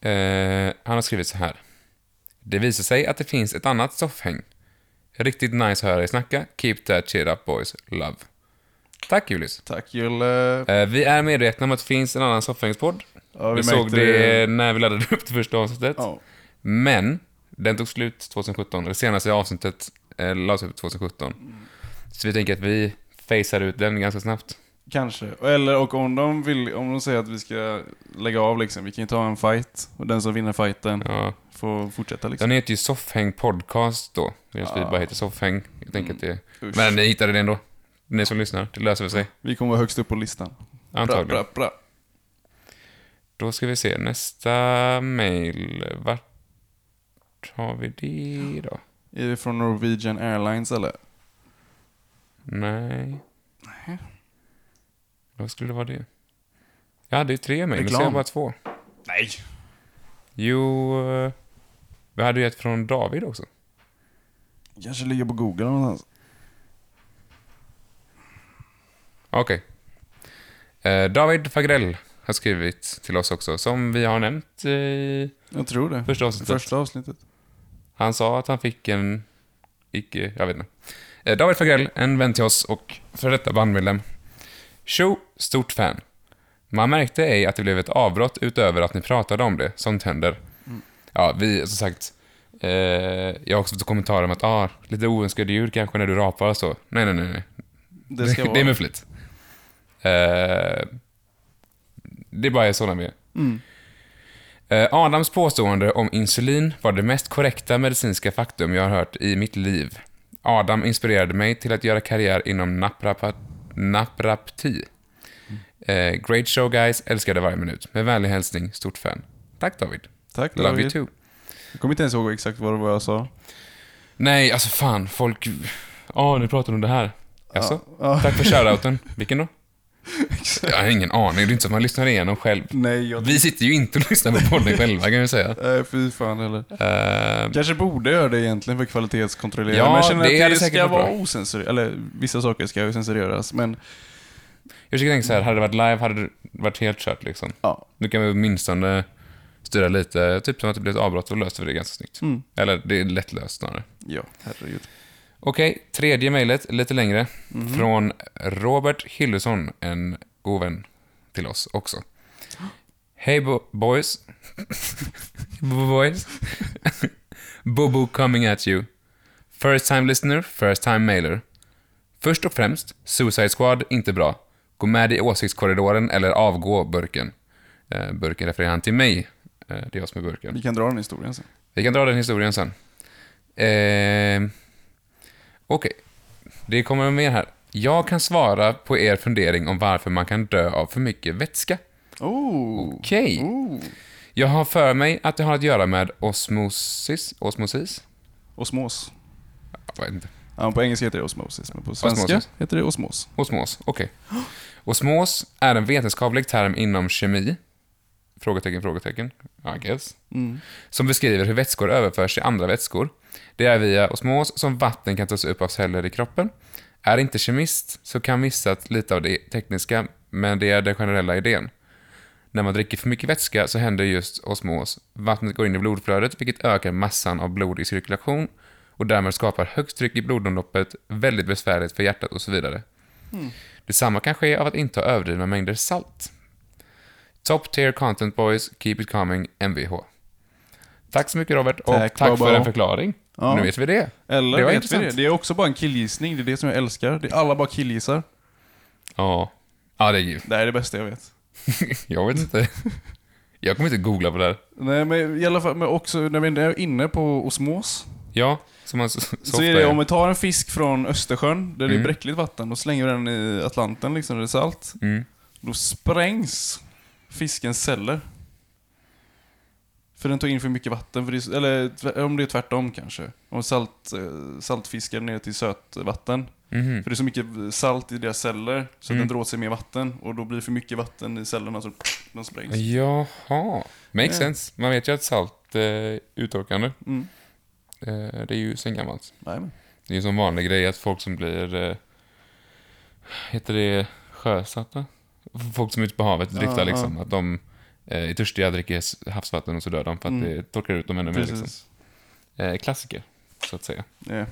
Speaker 1: Eh, han har skrivit så här. Det visar sig att det finns ett annat soffhäng. Riktigt nice att höra er snacka. Keep that shit up boys. Love. Tack Julius.
Speaker 2: Tack Julle.
Speaker 1: Eh, vi är medvetna om att det finns en annan soffhängspodd.
Speaker 2: Ja,
Speaker 1: vi
Speaker 2: märkte
Speaker 1: såg det när vi laddade upp det första avsnittet.
Speaker 2: eh, Ja.
Speaker 1: Men den tog slut 2017. Det senaste avsnittet eh, lades upp 2017. Så vi tänker att vi facear ut den ganska snabbt.
Speaker 2: Kanske. Eller och om de, vill, om de säger att vi ska lägga av liksom, vi kan ju ta en fight. Och den som vinner fighten
Speaker 1: Ja.
Speaker 2: får fortsätta liksom.
Speaker 1: Den heter ju Soffhäng Podcast då. Medan vi bara heter Soffhäng. Jag tänker att det...
Speaker 2: Mm. Usch.
Speaker 1: Men ni hittade den då. Ni som lyssnar. Det löser väl sig.
Speaker 2: Vi kommer vara högst upp på listan.
Speaker 1: Antagligen.
Speaker 2: Bra, bra, bra.
Speaker 1: Då ska vi se. Nästa mail. Vart har vi det då?
Speaker 2: Är det från Norwegian Airlines eller?
Speaker 1: Nej. Vad skulle det vara det? Jag hade ju tre mejl. Nu ser
Speaker 2: Reklam.
Speaker 1: jag bara två.
Speaker 2: Nej.
Speaker 1: Jo, eh, vi hade ju ett från David också.
Speaker 2: Kanske ligger på Google någonstans.
Speaker 1: Okej. Eh, David Fagrell har skrivit till oss också, som vi har nämnt eh, i
Speaker 2: Jag tror det.
Speaker 1: första avsnittet.
Speaker 2: Första avsnittet.
Speaker 1: Han sa att han fick en... Icke... Jag vet inte. Eh, David Fagrell, en vän till oss och före detta bandmedlem. Tjo, stort fan. Man märkte ej att det blev ett avbrott utöver att ni pratade om det. Sånt händer. Ja, vi, som sagt. Eh, jag har också fått kommentarer om att ah, lite oönskade ljud kanske när du rapar och så. Nej, nej, nej. nej.
Speaker 2: Det ska vara.
Speaker 1: är med flit. Eh, det bara är sådana vi är.
Speaker 2: Mm.
Speaker 1: Eh, Adams påstående om insulin var det mest korrekta medicinska faktum jag har hört i mitt liv. Adam inspirerade mig till att göra karriär inom naprapa- naprapti. Eh, great show guys, älskade varje minut. Med vänlig hälsning, stort fan. Tack David.
Speaker 2: Tack
Speaker 1: Love
Speaker 2: David.
Speaker 1: you too.
Speaker 2: Jag kommer inte ens ihåg exakt vad det var jag sa.
Speaker 1: Nej, alltså fan, folk... Ja, nu pratar de om det här. Jaså?
Speaker 2: Ja.
Speaker 1: Tack för shoutouten. Vilken då? Jag har ingen aning, det är inte så att man lyssnar igenom själv.
Speaker 2: Nej, jag...
Speaker 1: Vi sitter ju inte och lyssnar på podden själva kan jag säga.
Speaker 2: Nej, fy fan eller.
Speaker 1: Eh,
Speaker 2: Kanske borde göra det egentligen för kvalitetskontrollera.
Speaker 1: Ja,
Speaker 2: men jag känner
Speaker 1: det
Speaker 2: att
Speaker 1: hade
Speaker 2: det
Speaker 1: säkert
Speaker 2: ska
Speaker 1: varit
Speaker 2: vara
Speaker 1: bra.
Speaker 2: osensurerat. Eller vissa saker ska ju censureras, men
Speaker 1: Jag försöker tänka så här, hade det varit live hade det varit helt kört liksom.
Speaker 2: ja.
Speaker 1: Nu kan vi åtminstone styra lite, typ som att det blir ett avbrott, då löste vi det ganska snyggt.
Speaker 2: Mm.
Speaker 1: Eller det är lättlöst snarare.
Speaker 2: Ja, herregud.
Speaker 1: Okej, tredje mejlet, lite längre. Från Robert Hillesson, en god vän till oss också. Hej bo- boys. Bo- boys. Bobo coming at you. First time listener, first time mailer. Först och främst, Suicide Squad inte bra. Gå med i åsiktskorridoren eller avgå burken. Eh, burken refererar han till mig. Eh, det är jag som är burken.
Speaker 2: Vi kan dra den historien sen.
Speaker 1: Vi kan dra den historien sen. Eh, Okej, det kommer mer här. Jag kan svara på er fundering om varför man kan dö av för mycket vätska.
Speaker 2: Oh!
Speaker 1: Okej.
Speaker 2: Oh.
Speaker 1: Jag har för mig att det har att göra med osmosis. Osmosis?
Speaker 2: Osmos.
Speaker 1: Jag vet inte.
Speaker 2: Ja, på engelska heter det osmosis, men på svenska
Speaker 1: Osmosis.
Speaker 2: heter det osmos.
Speaker 1: Osmos, okej. Osmos är en vetenskaplig term inom kemi. Frågetecken, frågetecken. I guess.
Speaker 2: Mm.
Speaker 1: som beskriver hur vätskor överförs till andra vätskor. Det är via osmos som vatten kan tas upp av celler i kroppen. Är inte kemist så kan missat lite av det tekniska, men det är den generella idén. När man dricker för mycket vätska så händer just osmos. Vattnet går in i blodflödet, vilket ökar massan av blod i cirkulation och därmed skapar högt tryck i blodomloppet, väldigt besvärligt för hjärtat och så vidare.
Speaker 2: Hmm.
Speaker 1: Detsamma kan ske av att inta överdrivna mängder salt. Top tier content boys, keep it coming, MVH. Tack så mycket Robert och tack,
Speaker 2: Tack, Bobo.
Speaker 1: för en förklaring.
Speaker 2: Ja.
Speaker 1: Nu vet vi det.
Speaker 2: Eller
Speaker 1: Det var
Speaker 2: vet
Speaker 1: intressant.
Speaker 2: vi det? Det är också bara en killgissning, det är det som jag älskar. Det är alla bara killgissar.
Speaker 1: Ja, ja det är ju...
Speaker 2: Det här är det bästa jag vet.
Speaker 1: Jag vet inte. Jag kommer inte googla på det här.
Speaker 2: Nej, men i alla fall, men också när vi ändå är inne på osmos.
Speaker 1: Ja, som man så, så,
Speaker 2: så
Speaker 1: ofta
Speaker 2: är det om vi tar en fisk från Östersjön, där det
Speaker 1: Mm.
Speaker 2: är bräckligt vatten, och slänger vi den i Atlanten liksom, där det är salt.
Speaker 1: Mm.
Speaker 2: Då sprängs fiskens celler. För den tar in för mycket vatten, för det, är- eller tv- om det är tvärtom kanske. Om salt, eh, saltfiskar ner till sötvatten.
Speaker 1: Mhm.
Speaker 2: För det är så mycket salt i deras celler, så att
Speaker 1: Mm.
Speaker 2: den drar åt sig mer vatten. Och då blir det för mycket vatten i cellerna, så den sprängs.
Speaker 1: Jaha. Makes
Speaker 2: Ja.
Speaker 1: sense. Man vet ju att salt eh, är uttorkande.
Speaker 2: Mm.
Speaker 1: Eh, det är ju sen gammalt.
Speaker 2: Jajamän.
Speaker 1: Det är ju som vanlig grej att folk som blir... Eh, heter det sjösatta? Folk som är ute på havet och driftar
Speaker 2: Ja,
Speaker 1: liksom. Att de eh, är törstiga, dricker s- havsvatten och så dör de för att
Speaker 2: Mm.
Speaker 1: det torkar ut dem ännu mer. Liksom.
Speaker 2: Precis.
Speaker 1: Eh, klassiker, så att säga.
Speaker 2: Ja.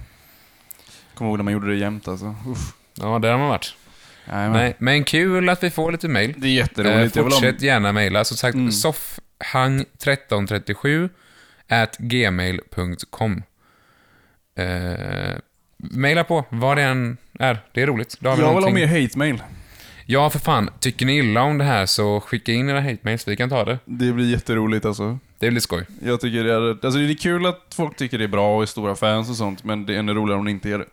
Speaker 2: Kommer ihåg när man gjorde det jämt alltså. Uff.
Speaker 1: Ja, där har man varit.
Speaker 2: Jajamän.
Speaker 1: Nej, men kul att vi får lite mail.
Speaker 2: Det är jätteroligt.
Speaker 1: Eh,
Speaker 2: Jag vill ha-
Speaker 1: fortsätt gärna mejla. Som sagt,
Speaker 2: Mm.
Speaker 1: soffhang1337 at gmail.com. Eh, mejla på, vad det än är. Det är roligt. Då har vi
Speaker 2: jag vill ha
Speaker 1: någonting-
Speaker 2: mer hate-mail.
Speaker 1: Ja, för fan. Tycker ni illa om det här så skicka in era hate mails. Vi kan ta det.
Speaker 2: Det blir jätteroligt alltså.
Speaker 1: Det blir skoj.
Speaker 2: Jag tycker det är, alltså det är kul att folk tycker det är bra och är stora fans och sånt, men det är ännu roligare om det inte är det.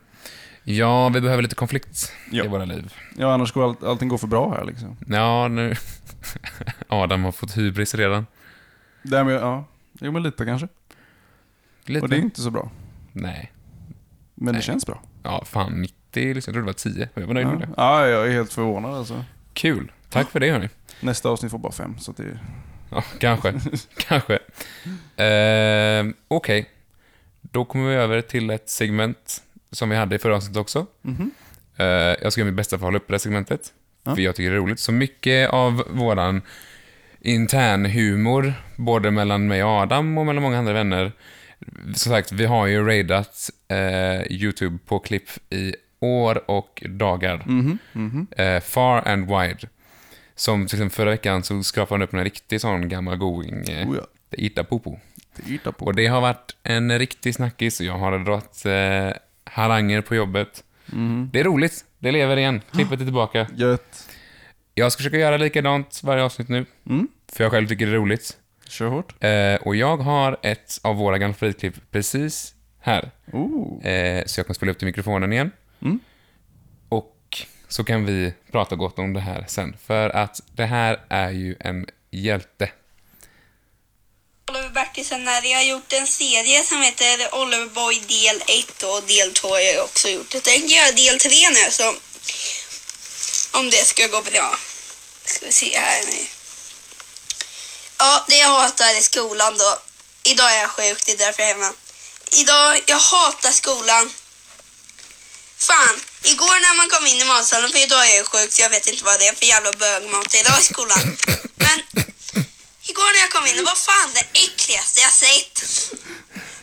Speaker 1: Ja, vi behöver lite konflikt
Speaker 2: Ja.
Speaker 1: i våra liv.
Speaker 2: Ja, annars går allt, allting går för bra här liksom.
Speaker 1: Ja, nu... Adam har fått hybris redan.
Speaker 2: Därmed, ja. Jo, men lite kanske.
Speaker 1: Lite.
Speaker 2: Och det är inte så bra.
Speaker 1: Nej.
Speaker 2: Men
Speaker 1: Nej.
Speaker 2: det känns bra.
Speaker 1: Ja, fan. 90 liksom. Jag trodde det var 10. Jag var nöjd med
Speaker 2: Ja.
Speaker 1: det.
Speaker 2: ja, jag är helt förvånad alltså.
Speaker 1: Kul. Tack för det, hörni.
Speaker 2: Nästa avsnitt får bara fem, så att det är...
Speaker 1: Ja, kanske. kanske. Eh, Okej. Då kommer vi över till ett segment som vi hade i förra avsnittet också.
Speaker 2: Mhm.
Speaker 1: Eh, jag ska göra mitt bästa för att hålla uppe det här segmentet.
Speaker 2: Ja.
Speaker 1: För jag tycker det är roligt. Så mycket av våran intern humor, både mellan mig och Adam och mellan många andra vänner. Som sagt, vi har ju raidat eh, YouTube på klipp i år och dagar.
Speaker 2: Mhm. Mhm.
Speaker 1: Eh, far and wide. Som till exempel förra veckan så skrapade han upp en riktig sån gammal going. Eh,
Speaker 2: Oh, ja.
Speaker 1: Ita Popo.
Speaker 2: Det är yta på.
Speaker 1: Och det har varit en riktig snackis och jag har dragit eh, haranger på jobbet.
Speaker 2: Mhm.
Speaker 1: Det är roligt. Det lever igen. Klippet är tillbaka.
Speaker 2: Gött.
Speaker 1: Jag ska försöka göra likadant varje avsnitt nu,
Speaker 2: Mm.
Speaker 1: för jag själv tycker det är roligt.
Speaker 2: Kör hårt.
Speaker 1: Eh, och jag har ett av våra gamla favoritklipp precis här.
Speaker 2: Oh.
Speaker 1: Eh, så jag kan spela upp till mikrofonen igen.
Speaker 2: Mm.
Speaker 1: Och så kan vi prata gott om det här sen. För att det här är ju en hjälte.
Speaker 3: Oliver Bertilsson när jag har gjort en serie som heter Oliver Boy del 1 och del 2 har jag också gjort. Jag tänker göra del 3 nu så om det ska gå bra. Ska vi se här nu. Ja, det jag hatar i skolan då. Idag är jag sjuk, det är därför jag är hemma. Idag, jag hatar skolan. Fan, igår när man kom in i matsalen, för idag är jag sjuk så jag vet inte vad det är för jävla bögmat idag i skolan. Men Igår när jag kom in, det var fan det äckligaste jag sett.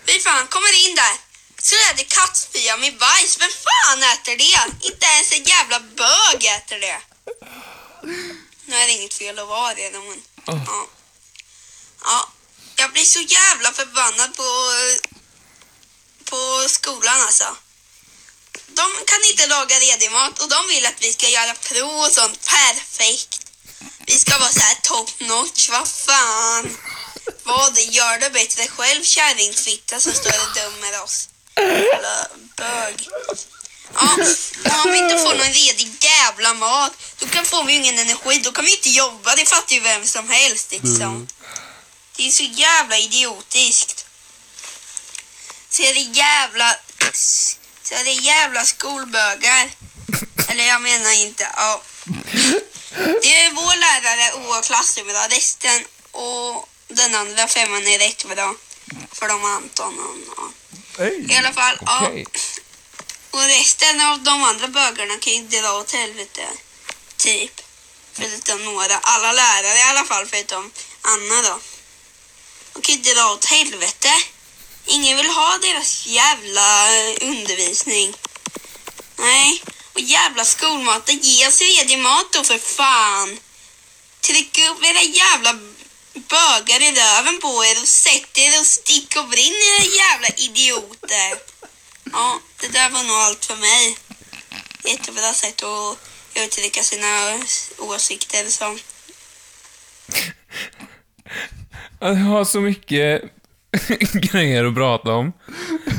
Speaker 3: Fy fan, kommer in där. Så är det kattspya med bajs. Vem fan äter det? Inte ens en jävla bög äter det. Nu är det inget fel att vara det, men... Ja. ja. Jag blir så jävla förbannad på, på skolan alltså. De kan inte laga redig mat och de vill att vi ska göra prov och sånt perfekt. Vi ska vara så här top notch, vad fan. Vad, gör det bättre själv kärringfitta som står och dömer oss. Jävla bög. Ja, och om vi inte får någon redig jävla mat, då kan, får vi ju ingen energi. Då kan vi inte jobba, det fattar ju vem som helst liksom. Det är så jävla idiotiskt. Så är det jävla... Så är det jävla skolbögar. Eller jag menar inte, ja. Det är vår lärare och klassrummet, resten och den andra femman är rätt bra. För de Anton och... och. I alla fall,
Speaker 1: Okej.
Speaker 3: ja. Och resten av de andra bögarna kan ju dra åt helvete. Typ. Förutom några. Alla lärare i alla fall, förutom Anna då. De kan ju dra åt helvete. Ingen vill ha deras jävla eh, undervisning. Nej. Och jävla skolmaten. Ge oss redig mat då för fan. Tryck upp era jävla bögar i röven på er och sätt er och stick och brinn era jävla idioter. Ja, det där var nog allt för mig. Jättebra sätt att uttrycka sina åsikter som.
Speaker 1: Att Jag har så mycket grejer att prata om.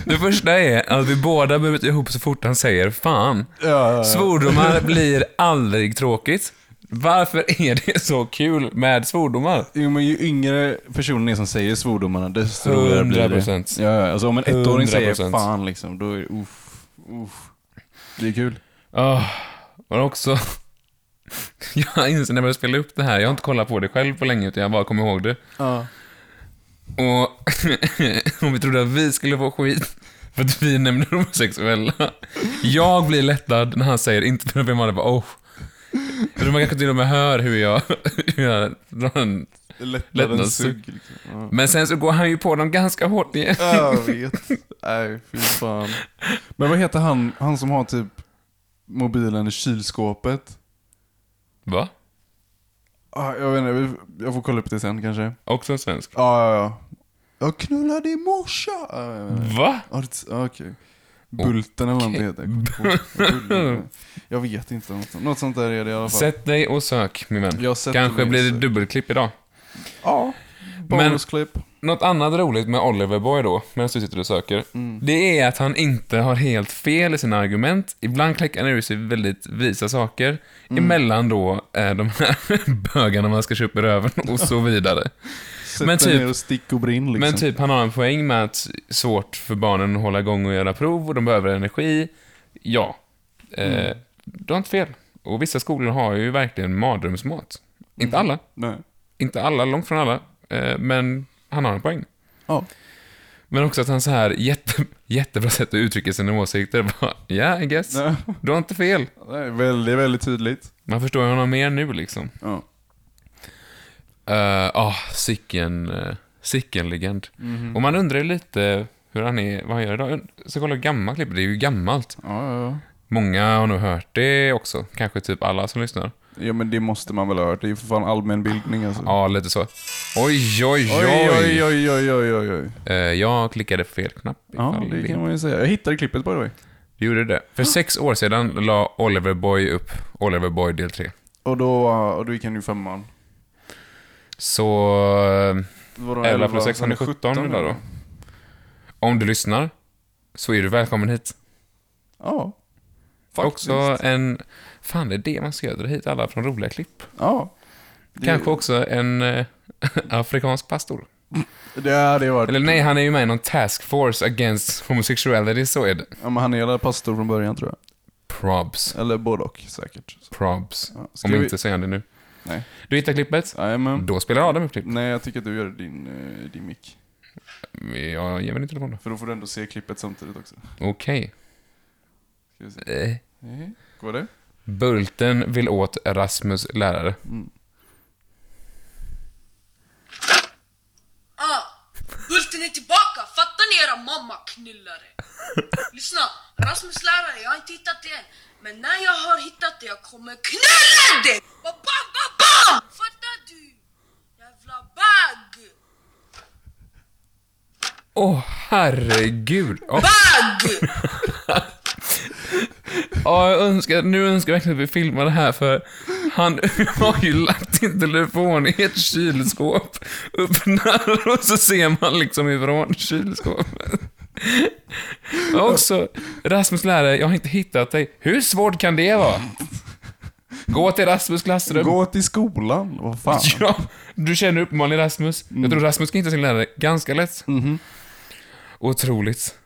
Speaker 1: Det första är att vi båda behöver ta ihop så fort han säger fan.
Speaker 2: ja, ja.
Speaker 1: Svordomar blir aldrig tråkigt. Varför är det så kul med svordomar?
Speaker 2: Jo, men ju yngre personen är som säger svordomarna, desto roligare blir det.
Speaker 1: 100%.
Speaker 2: Ja, ja, alltså om en ettåring säger
Speaker 1: 100%.
Speaker 2: fan liksom, då är det uff, uff. Det är kul.
Speaker 1: Oh, men också... Jag inser när jag började spela upp det här, jag har inte kollat på det själv på länge utan jag bara kommer ihåg det.
Speaker 2: Ja.
Speaker 1: Och om vi trodde att vi skulle få skit för att vi nämnde homosexuella. Jag blir lättad när han säger inte för att jag bara oh. Jag tror man kanske till och med hör hur jag, hur jag drar en...
Speaker 2: Lättnadens
Speaker 1: Lättnadssuck.
Speaker 2: sugg liksom. Ja.
Speaker 1: Men sen så går han ju på dem ganska hårt igen.
Speaker 2: Ja, jag vet. Nej, fy fan. Men vad heter han, han som har typ mobilen i kylskåpet?
Speaker 1: Va?
Speaker 2: Ah, jag vet inte, vi- jag får kolla upp det sen kanske.
Speaker 1: Också en svensk.
Speaker 2: Ja, ja, ja. Jag knullade i morse! Ah, ja, ja, ja.
Speaker 1: Va?
Speaker 2: Ja, det- ja, ah, okej. Bulten eller något det heter. Bulten. Jag vet inte. Något, något sånt där är det i alla fall.
Speaker 1: Sätt dig och sök min vän.
Speaker 2: Jag sätter
Speaker 1: Kanske
Speaker 2: mig
Speaker 1: blir det
Speaker 2: så-
Speaker 1: dubbelklipp idag.
Speaker 2: Ja. Bonusklipp.
Speaker 1: Något annat roligt med Oliver Boy då, medan du sitter och söker, det är att han inte har helt fel i sina argument. Ibland kläcker han ur sig väldigt visa saker, emellan då eh, de här bögarna man ska köpa i röven och så vidare.
Speaker 2: Sätt
Speaker 1: men
Speaker 2: dig
Speaker 1: typ-
Speaker 2: ner och stick och brinn liksom.
Speaker 1: Men typ, han har en poäng med att svårt för barnen att hålla igång och göra prov och de behöver energi. Ja, eh, du har inte fel. Och vissa skolor har ju verkligen mardrömsmat. Inte alla,
Speaker 2: Nej.
Speaker 1: inte alla, långt från alla, eh, men han har en poäng.
Speaker 2: Ja.
Speaker 1: Men också att han så här jätte, jättebra sätt att uttrycka sina åsikter. Bara, yeah, I guess.
Speaker 2: Nej.
Speaker 1: Du har inte fel.
Speaker 2: Det är väldigt, väldigt tydligt.
Speaker 1: Man förstår ju honom mer nu liksom.
Speaker 2: Ja.
Speaker 1: Eh, Ah, sicken, uh, sicken legend.
Speaker 2: Mhm.
Speaker 1: Och man undrar ju lite hur han är, vad han gör idag. Jag ska kolla hur gammalt klippet är. det är ju gammalt.
Speaker 2: Ja, ja, ja.
Speaker 1: Många har nog hört det också. Kanske typ alla som lyssnar.
Speaker 2: Ja, men det måste man väl ha hört. Det är ju för fan allmänbildning alltså.
Speaker 1: Ja, lite så. Oj, oj, oj.
Speaker 2: Oj, oj, oj, oj, oj, oj, oj.
Speaker 1: Eh, jag klickade fel knapp.
Speaker 2: Ja,
Speaker 1: ifall
Speaker 2: det
Speaker 1: det-
Speaker 2: kan man ju säga. Jag hittade klippet by the way.
Speaker 1: Du gjorde det. För sex år sedan la Oliver Boy upp Oliver Boy del 3.
Speaker 2: Och då, ah, och då gick han ju femman.
Speaker 1: Så... eh,
Speaker 2: Vadå,
Speaker 1: 11 plus 6, han är 17 idag då. Om du lyssnar så är du välkommen hit.
Speaker 2: Ja. Faktiskt.
Speaker 1: Också en... Fan, det är det man ska göra. Dra hit alla från roliga klipp.
Speaker 2: Ja. Det-
Speaker 1: Kanske också en eh, afrikansk pastor.
Speaker 2: Det hade ju varit...
Speaker 1: Eller nej, han är ju med i någon task force against homosexuality, så är det.
Speaker 2: Ja, men han är väl pastor från början tror jag.
Speaker 1: Probs.
Speaker 2: Eller både och säkert. Så,
Speaker 1: Probs.
Speaker 2: ja. Ska
Speaker 1: Om
Speaker 2: vi-
Speaker 1: inte så är han det nu.
Speaker 2: Nej.
Speaker 1: Du hittar klippet.
Speaker 2: Nej, men...
Speaker 1: Då spelar Adam upp klipp.
Speaker 2: Nej, jag tycker att du gör din, eh, din mick.
Speaker 1: Jag ger mig din telefon då.
Speaker 2: För då får du ändå se klippet samtidigt också.
Speaker 1: Okej.
Speaker 2: Ska vi se.
Speaker 1: Eh,
Speaker 2: Eh, Går det?
Speaker 1: Bulten vill åt Rasmus lärare.
Speaker 4: Ah, Bulten är tillbaka! Fattar ni era mammaknullare? Lyssna, Rasmus lärare, jag har inte hittat det än. Men när jag har hittat det, jag kommer knulla dig! Ba, bam, bam, bam! Fattar du? Jävla bag!
Speaker 1: Åh, herregud. Åh,
Speaker 4: Bag!
Speaker 1: Ja, jag önskar, nu önskar jag verkligen att vi filmar det här för han har ju lagt sin telefon i ett kylskåp. Öppnar och så ser man liksom ifrån kylskåpet. Och också, Rasmus lärare, jag har inte hittat dig. Hur svårt kan det vara? Gå till Rasmus klassrum.
Speaker 2: Gå till skolan, vad fan.
Speaker 1: Ja, du känner uppenbarligen Rasmus. Jag tror Rasmus kan hitta sin lärare ganska lätt. Otroligt.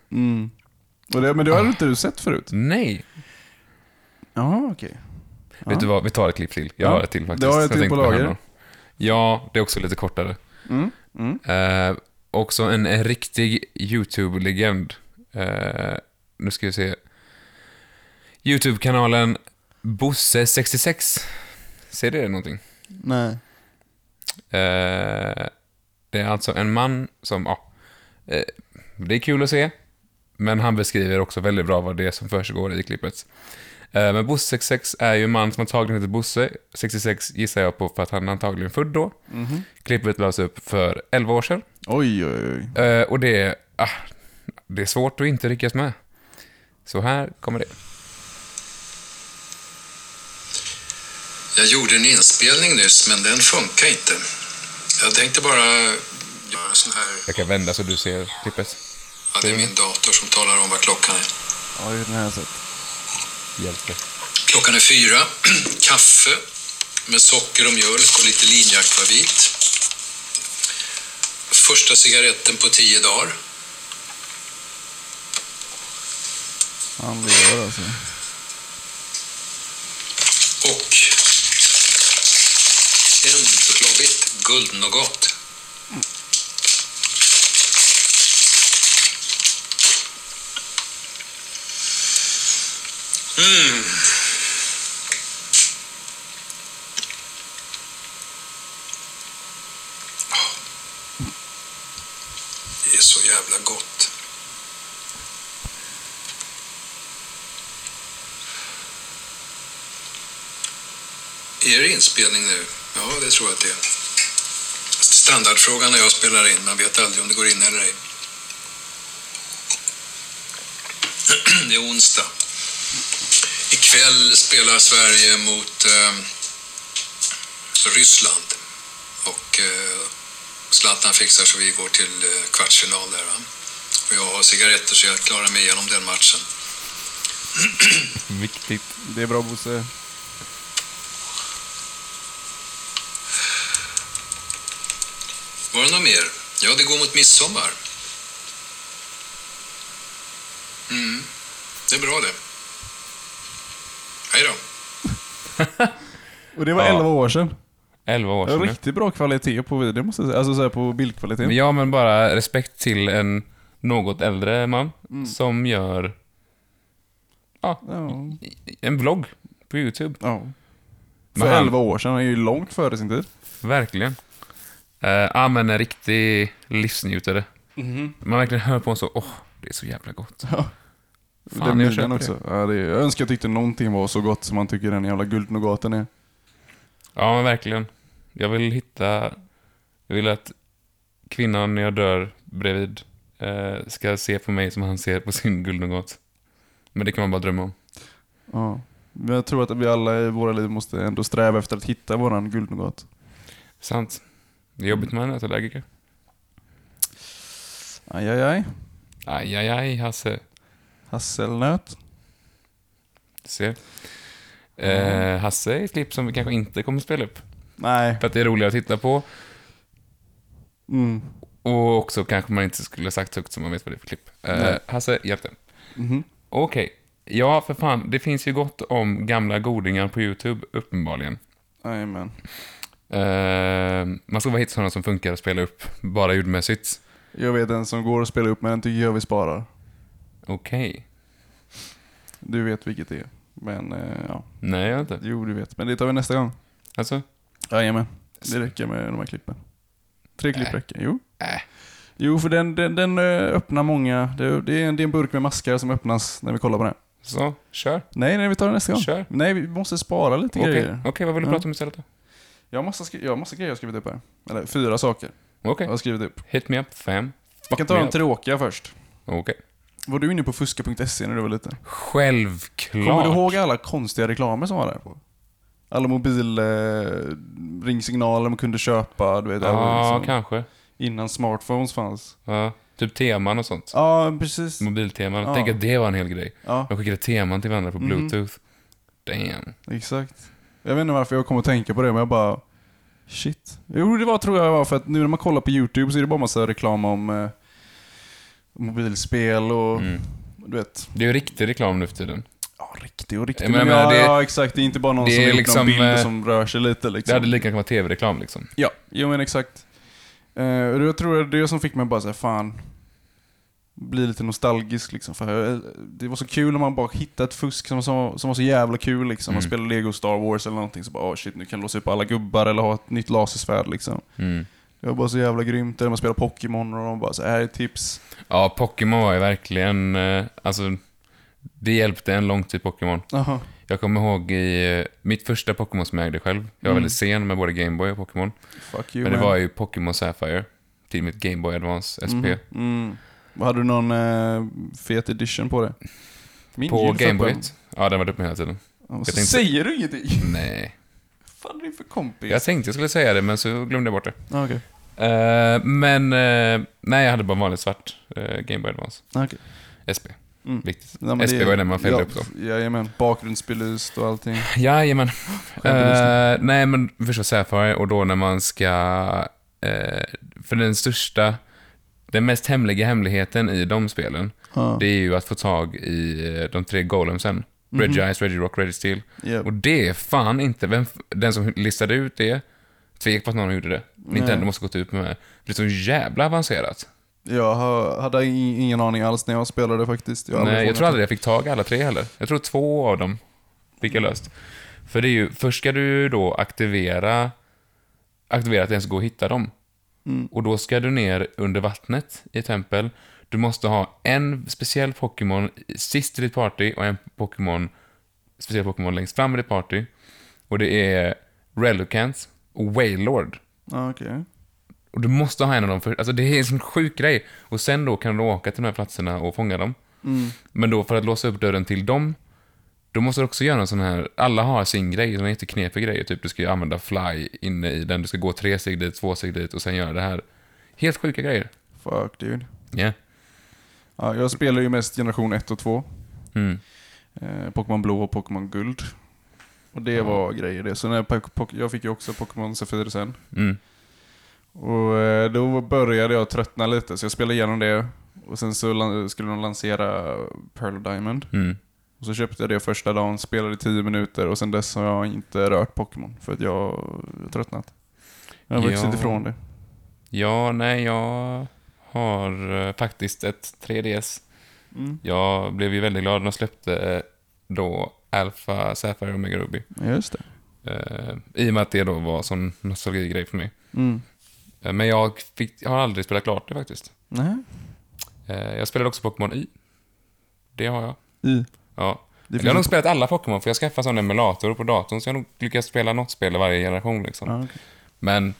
Speaker 2: Och det, men det hade inte du sett förut?
Speaker 1: Nej.
Speaker 2: Jaha, okej.
Speaker 1: Vet du vad, vi tar ett klipp till. Jag
Speaker 2: Ja,
Speaker 1: har ett till faktiskt.
Speaker 2: det har jag
Speaker 1: som
Speaker 2: till
Speaker 1: tänkte
Speaker 2: på lager. Mm,
Speaker 1: häromdagen. Ja, det är också lite kortare. Eh, också en, en riktig YouTube-legend. Eh, nu ska vi se. YouTube-kanalen Bosse66. Ser du det någonting?
Speaker 2: Nej.
Speaker 1: Eh, det är alltså en man som, ja, eh, det är kul att se, men han beskriver också väldigt bra vad det är som försiggår i klippet. Eh, men Bosse 66 är ju en man som antagligen heter Bosse, 66 gissar jag på för att han är antagligen född då. Klippet lades upp för 11 år sedan.
Speaker 2: Oj, oj, oj.
Speaker 1: Eh, och det är, ah, det är svårt att inte lyckas med. Så här kommer det.
Speaker 5: Jag gjorde en inspelning nyss, men den funkar inte. Jag tänkte bara göra en sån här...
Speaker 1: Jag kan vända så du ser klippet.
Speaker 5: Ja, det är min dator som talar om vad klockan är.
Speaker 2: Oj, den här har jag sett.
Speaker 1: Hjälp mig.
Speaker 5: Klockan är fyra. Kaffe med socker och mjölk och lite linjeakvavit. Första cigaretten på tio dagar.
Speaker 2: Han lever alltså.
Speaker 5: Och en chokladbit guldnougat. Mm. Det är så jävla gott. Är det inspelning nu? Ja, det tror jag att det är. Standardfrågan när jag spelar in, man vet aldrig om det går in eller ej. Det är onsdag. Ikväll spelar Sverige mot eh, alltså Ryssland. Och eh, Zlatan fixar så vi går till eh, kvartsfinal där. Va? Och jag har cigaretter så jag klarar mig igenom den matchen.
Speaker 1: Viktigt.
Speaker 2: Det är bra Bosse.
Speaker 5: Var det något mer? Ja, det går mot midsommar. Mm, det är bra det. Hej då.
Speaker 2: Och det var
Speaker 1: Ja.
Speaker 2: 11 år sedan.
Speaker 1: 11 år
Speaker 2: Det var
Speaker 1: sedan nu.
Speaker 2: riktigt bra kvalitet på videon måste jag säga. Alltså såhär på bildkvaliteten.
Speaker 1: Men ja, men bara respekt till en något äldre man som gör ja,
Speaker 2: Ja.
Speaker 1: en vlogg på YouTube.
Speaker 2: ja. För
Speaker 1: Men han-
Speaker 2: 11 år sedan, han är ju långt före sin tid.
Speaker 1: Verkligen. Eh, ja, men en riktig livsnjutare. Man verkligen hör på en så, åh, det är så jävla gott.
Speaker 2: Ja.
Speaker 1: Fan,
Speaker 2: den
Speaker 1: jag
Speaker 2: milen
Speaker 1: köper
Speaker 2: också.
Speaker 1: det.
Speaker 2: Ja, det är, jag önskar jag tyckte någonting var så gott som man tycker den jävla guldnougaten är.
Speaker 1: Ja, men verkligen. Jag vill hitta, jag vill att kvinnan när jag dör bredvid eh, ska se på mig som han ser på sin guldnougat. Men det kan man bara drömma om.
Speaker 2: Ja. Men jag tror att vi alla i våra liv måste ändå sträva efter att hitta våran guldnougat.
Speaker 1: Sant. Det är jobbigt med en nätallergiker.
Speaker 2: Aj, aj, aj.
Speaker 1: Aj, aj, aj, Hasse.
Speaker 2: Hasselnöt.
Speaker 1: Du ser.
Speaker 2: Mm.
Speaker 1: Eh, Hasse är ett klipp som vi kanske inte kommer spela upp.
Speaker 2: Nej.
Speaker 1: För att det är roligare att titta på.
Speaker 2: Mm.
Speaker 1: Och också kanske man inte skulle sagt högt så man vet vad det är för klipp. Eh, Hasse, hjälp den.
Speaker 2: Mm-hmm.
Speaker 1: Okej. Ja, för fan. Det finns ju gott om gamla godingar på YouTube, uppenbarligen.
Speaker 2: Jajamän.
Speaker 1: Eh, man ska bara hitta sådana som funkar att spela upp, bara ljudmässigt.
Speaker 2: Jag vet en som går att spela upp men den tycker jag vi sparar.
Speaker 1: Okej.
Speaker 2: Du vet vilket det är. Men eh, ja,
Speaker 1: Nej, jag vet inte.
Speaker 2: jo du vet. Men det tar vi nästa gång.
Speaker 1: Alltså,
Speaker 2: Jajamän. Det räcker med de här klippen. Tre klipp
Speaker 1: Äh.
Speaker 2: räcker. Jo.
Speaker 1: Äh.
Speaker 2: Jo, för den, den, den eh, öppnar många. Det, det, är en, det är en burk med maskar som öppnas när vi kollar på den.
Speaker 1: så. Kör.
Speaker 2: Nej, nej, vi tar den nästa gång.
Speaker 1: Kör.
Speaker 2: Nej, vi måste spara lite
Speaker 1: Okej,
Speaker 2: grejer.
Speaker 1: Okej, vad vill du
Speaker 2: Ja.
Speaker 1: prata om istället då?
Speaker 2: Jag har, massa, skri- jag har massa grejer jag har skrivit upp här. Eller fyra saker
Speaker 1: Okej.
Speaker 2: jag har skrivit upp.
Speaker 1: Hit me up, fem.
Speaker 2: Vi kan ta de tråkiga först.
Speaker 1: Okej.
Speaker 2: Var du inne på fuska.se E när du var liten?
Speaker 1: Självklart.
Speaker 2: Kommer du ihåg alla konstiga reklamer som var där? på? Alla mobil eh, ringsignaler man kunde köpa, du vet. det var
Speaker 1: Ja,
Speaker 2: liksom
Speaker 1: kanske.
Speaker 2: Innan smartphones fanns.
Speaker 1: Ja, typ teman och sånt.
Speaker 2: Ja, precis.
Speaker 1: Mobilteman.
Speaker 2: Ja.
Speaker 1: Tänk att det var en hel grej.
Speaker 2: Ja. Mm.
Speaker 1: De skickade teman till varandra på bluetooth. Damn.
Speaker 2: Exakt. Jag vet inte varför jag kom att tänka på det, men jag bara... Shit. Jo, det var tror jag var för att nu när man kollar på YouTube så är det bara massa reklam om eh, mobilspel och...
Speaker 1: Mm.
Speaker 2: Du vet.
Speaker 1: Det är ju riktig reklam nu för tiden.
Speaker 2: Ja, riktig och riktig.
Speaker 1: Jag menar,
Speaker 2: Men ja,
Speaker 1: det-
Speaker 2: ja, exakt. Det är inte bara någon
Speaker 1: det
Speaker 2: som
Speaker 1: är
Speaker 2: har gjort
Speaker 1: liksom,
Speaker 2: någon bild
Speaker 1: eh,
Speaker 2: som rör sig lite
Speaker 1: Det
Speaker 2: liksom.
Speaker 1: hade lika gärna kunnat vara tv-reklam liksom.
Speaker 2: Ja, jo men exakt. Eh, och jag tror det var det som fick mig bara säga fan bli lite nostalgisk liksom. För eh, det var så kul om man bara hittade ett fusk som, som, som var så jävla kul liksom.
Speaker 1: Mm.
Speaker 2: Man spelade Lego Star Wars eller någonting så bara oh shit nu kan jag låsa upp alla gubbar eller ha ett nytt lasersvärd liksom.
Speaker 1: Mm.
Speaker 2: Det var bara så jävla grymt. Eller man spelade Pokémon och de bara så här är tips.
Speaker 1: Ja, Pokémon var ju verkligen... eh, Alltså, det hjälpte en lång tid, Pokémon.
Speaker 2: Aha.
Speaker 1: Jag kommer ihåg i eh, mitt första Pokémon som jag ägde själv.
Speaker 2: Mm.
Speaker 1: Jag var väldigt sen med både Gameboy och Pokémon.
Speaker 2: Fuck you
Speaker 1: Men det
Speaker 2: man.
Speaker 1: var ju Pokémon Sapphire till mitt Gameboy Advance SP.
Speaker 2: Mm. Hade du någon eh, fet edition på det? Min
Speaker 1: På
Speaker 2: gud,
Speaker 1: Gameboy?
Speaker 2: fan.
Speaker 1: Ja, den var uppe hela tiden.
Speaker 2: Ja, så
Speaker 1: tänkte-
Speaker 2: Säger du ingenting?
Speaker 1: Nej.
Speaker 2: Vad fan är det för kompis?
Speaker 1: Jag tänkte jag skulle säga det, men så glömde jag bort det.
Speaker 2: Ah, Okej.
Speaker 1: Eh, men, eh, nej, jag hade bara en vanlig svart eh, Gameboy Advance.
Speaker 2: Ah, okej.
Speaker 1: SP.
Speaker 2: Mm.
Speaker 1: Viktigt.
Speaker 2: Nej, men
Speaker 1: SP
Speaker 2: det-
Speaker 1: var ju den man fällde
Speaker 2: ja,
Speaker 1: upp dem.
Speaker 2: Jajamän, bakgrundsbelyst och allting.
Speaker 1: Jajamän.
Speaker 2: Självbelysning.
Speaker 1: Eh, nej, men första Sapphire och då när man ska... eh, för den största, den mest hemliga hemligheten i de spelen,
Speaker 2: Ja.
Speaker 1: det är ju att få tag i eh, de tre golemsen. Reggie Ice, Reggie Rock, Reggie Steel.
Speaker 2: Mhm. Japp.
Speaker 1: Och det är fan inte... Vem, f- den som listade ut det, tvek på att någon gjorde det. Nintendo måste gått ut med det. Det är så jävla avancerat.
Speaker 2: Jag ha- hade i- ingen aning alls när jag spelade faktiskt. har aldrig
Speaker 1: Nej, jag
Speaker 2: fångat
Speaker 1: tror aldrig jag fick tag i alla tre heller. Jag tror två av dem fick jag löst. För det är ju, först ska du då aktivera, aktivera att ens gå och hitta dem. Och då ska du ner under vattnet i ett tempel. Du måste ha en speciell Pokémon sist i ditt party och en Pokémon, speciell Pokémon längst fram i ditt party. Och det är Relucant och Wailord.
Speaker 2: det. Ah, okej.
Speaker 1: Och du måste ha en av dem för, alltså det är en sån sjuk grej. Och sen då kan du åka till de här platserna och fånga dem. Men då för att låsa upp dörren till dem, då måste du också göra en sån här, alla har sin grej, den är jätteknepig grej. Typ du ska ju använda fly inne i den, du ska gå tre steg dit, två steg dit och sen göra det här. Helt sjuka grejer.
Speaker 2: Fuck dude.
Speaker 1: Ja.
Speaker 2: Ja, jag spelar ju mest generation 1 och 2.
Speaker 1: Mm.
Speaker 2: Eh, Pokémon Blå och Pokémon Guld. Och det var grejer det. Så när Pok- Pok- jag fick ju också Pokémon Safir sen.
Speaker 1: Mm.
Speaker 2: Och eh, då började jag tröttna lite, så jag spelade igenom det. Och sen så lan- skulle de lansera Pearl och Diamond.
Speaker 1: Mm.
Speaker 2: Och så köpte jag det första dagen, spelade i 10 minuter och sen dess har jag inte rört Pokémon för att jag har tröttnat. Jag har vuxit
Speaker 1: Ja.
Speaker 2: ifrån det.
Speaker 1: Ja, nej, jag har eh, faktiskt ett 3DS. Jag blev ju väldigt glad när de släppte eh, då Alpha, Sapphire och Omega Ruby.
Speaker 2: Ja, Just det.
Speaker 1: Eh, I och med att det då var sån nostalgigrej för mig.
Speaker 2: Mm.
Speaker 1: Eh, men jag, fick, jag har aldrig spelat klart det faktiskt.
Speaker 2: Nej.
Speaker 1: Eh, jag spelade också Pokémon Y. Det har jag.
Speaker 2: I.
Speaker 1: Ja.
Speaker 2: Det
Speaker 1: jag har nog
Speaker 2: finns
Speaker 1: spelat alla Pokémon, för jag skaffade sån emulator på datorn, så jag har nog lyckats spela något spel i varje generation. Liksom.
Speaker 2: Ja, Ah, okej.
Speaker 1: Men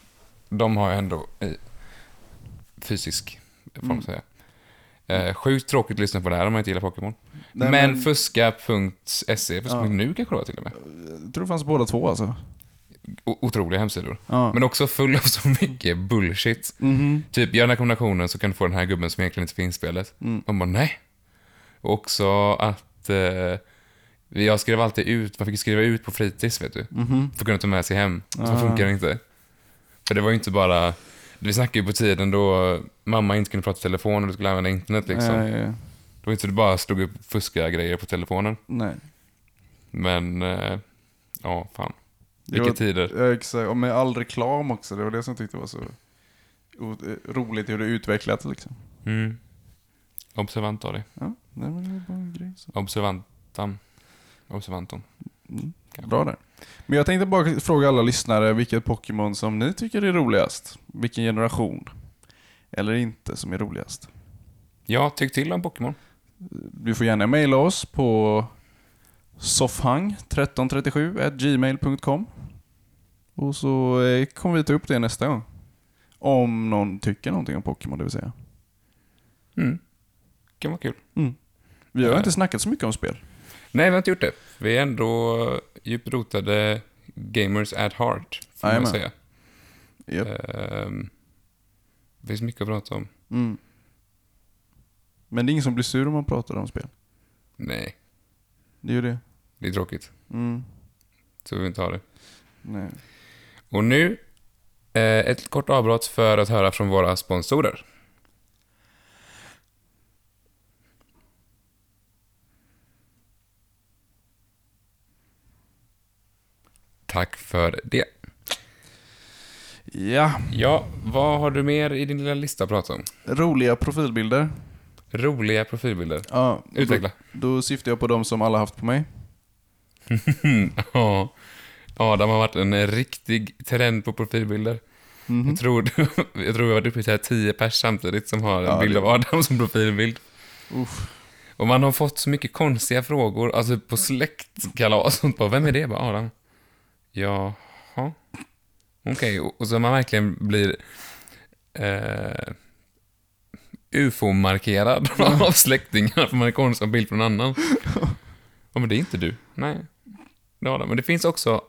Speaker 1: de har jag ändå i fysisk form, mm. säga. Eh, sjukt tråkigt att lyssna på det här om man inte gillar Pokémon. Men,
Speaker 2: men-
Speaker 1: fuska.se, fuska.nu kanske det var till och med.
Speaker 2: Jag tror det fanns båda två alltså.
Speaker 1: o- otroliga hemsidor.
Speaker 2: Ja. Mhm.
Speaker 1: Men också full av så mycket bullshit. Typ, gör den här kombinationen så kan du få den här gubben som egentligen inte finns i spelet.
Speaker 2: Mm.
Speaker 1: Man bara, nej. Och också att eh, jag skrev alltid ut, man fick skriva ut på fritids, vet du.
Speaker 2: Mhm.
Speaker 1: För att kunna ta med sig hem. Så funkar det inte. För det var ju inte bara, vi snackade ju på tiden då mamma inte kunde prata i telefon och du skulle använda internet liksom.
Speaker 2: Nej, eh,
Speaker 1: Det var inte så du bara slog upp fuska grejer på telefonen.
Speaker 2: nej.
Speaker 1: Men, eh, ja, fan.
Speaker 2: Det
Speaker 1: Vilka
Speaker 2: var-
Speaker 1: tider.
Speaker 2: Ja, exakt. Och med all reklam också. Det var det som jag tyckte var så o- eh, roligt hur det utvecklats liksom.
Speaker 1: Mm. Observant av dig.
Speaker 2: Ja, nej, men det var bara en grej. Så.
Speaker 1: Observantan. Observanton.
Speaker 2: Bra där. Men jag tänkte bara fråga alla lyssnare vilket Pokémon som ni tycker är roligast. Vilken generation? Eller inte som är roligast.
Speaker 1: Ja, tyck till om Pokémon.
Speaker 2: Du får gärna mejla oss på soffhang1337 gmail.com Och så eh, kommer vi ta upp det nästa gång. Om någon tycker någonting om Pokémon, det vill säga.
Speaker 1: kan vara kul.
Speaker 2: Vi har
Speaker 1: Ja.
Speaker 2: inte snackat så mycket om spel.
Speaker 1: Nej, vi har inte gjort det. Vi är ändå djupt eh, rotade gamers at heart, får man
Speaker 2: Jajamän.
Speaker 1: säga.
Speaker 2: Japp.
Speaker 1: Ehm, det finns mycket att prata om.
Speaker 2: Mm. Men det är ingen som blir sur om man pratar om spel.
Speaker 1: Nej,
Speaker 2: Det är ju det.
Speaker 1: det är tråkigt.
Speaker 2: Mm.
Speaker 1: Så vi vill inte ha det.
Speaker 2: Nej.
Speaker 1: Och nu, eh, ett kort avbrott för att höra från våra sponsorer. Tack för det.
Speaker 2: Ja,
Speaker 1: Ja, vad har du mer i din lilla lista att prata om?
Speaker 2: roliga profilbilder.
Speaker 1: Roliga profilbilder.
Speaker 2: Ja,
Speaker 1: Utveckla.
Speaker 2: Då, då syftar jag på de som alla haft på mig.
Speaker 1: Ja, Adam har varit en riktig trend på profilbilder.
Speaker 2: Mhm.
Speaker 1: Jag, tror, jag tror vi har varit uppe i så här tio pers samtidigt som har en
Speaker 2: Ja,
Speaker 1: bild
Speaker 2: det-
Speaker 1: av Adam som profilbild.
Speaker 2: Uff.
Speaker 1: Och man har fått så mycket konstiga frågor, alltså på släktkalas och sånt. Bara, Vem är det? Jag Bara, Adam. Jaha. Okej, och, och så man verkligen blir eh, ufo-markerad av släktingar för man har konstig bild från någon annan. Ja, men det är inte du. Nej. Det är Adam. Men det finns också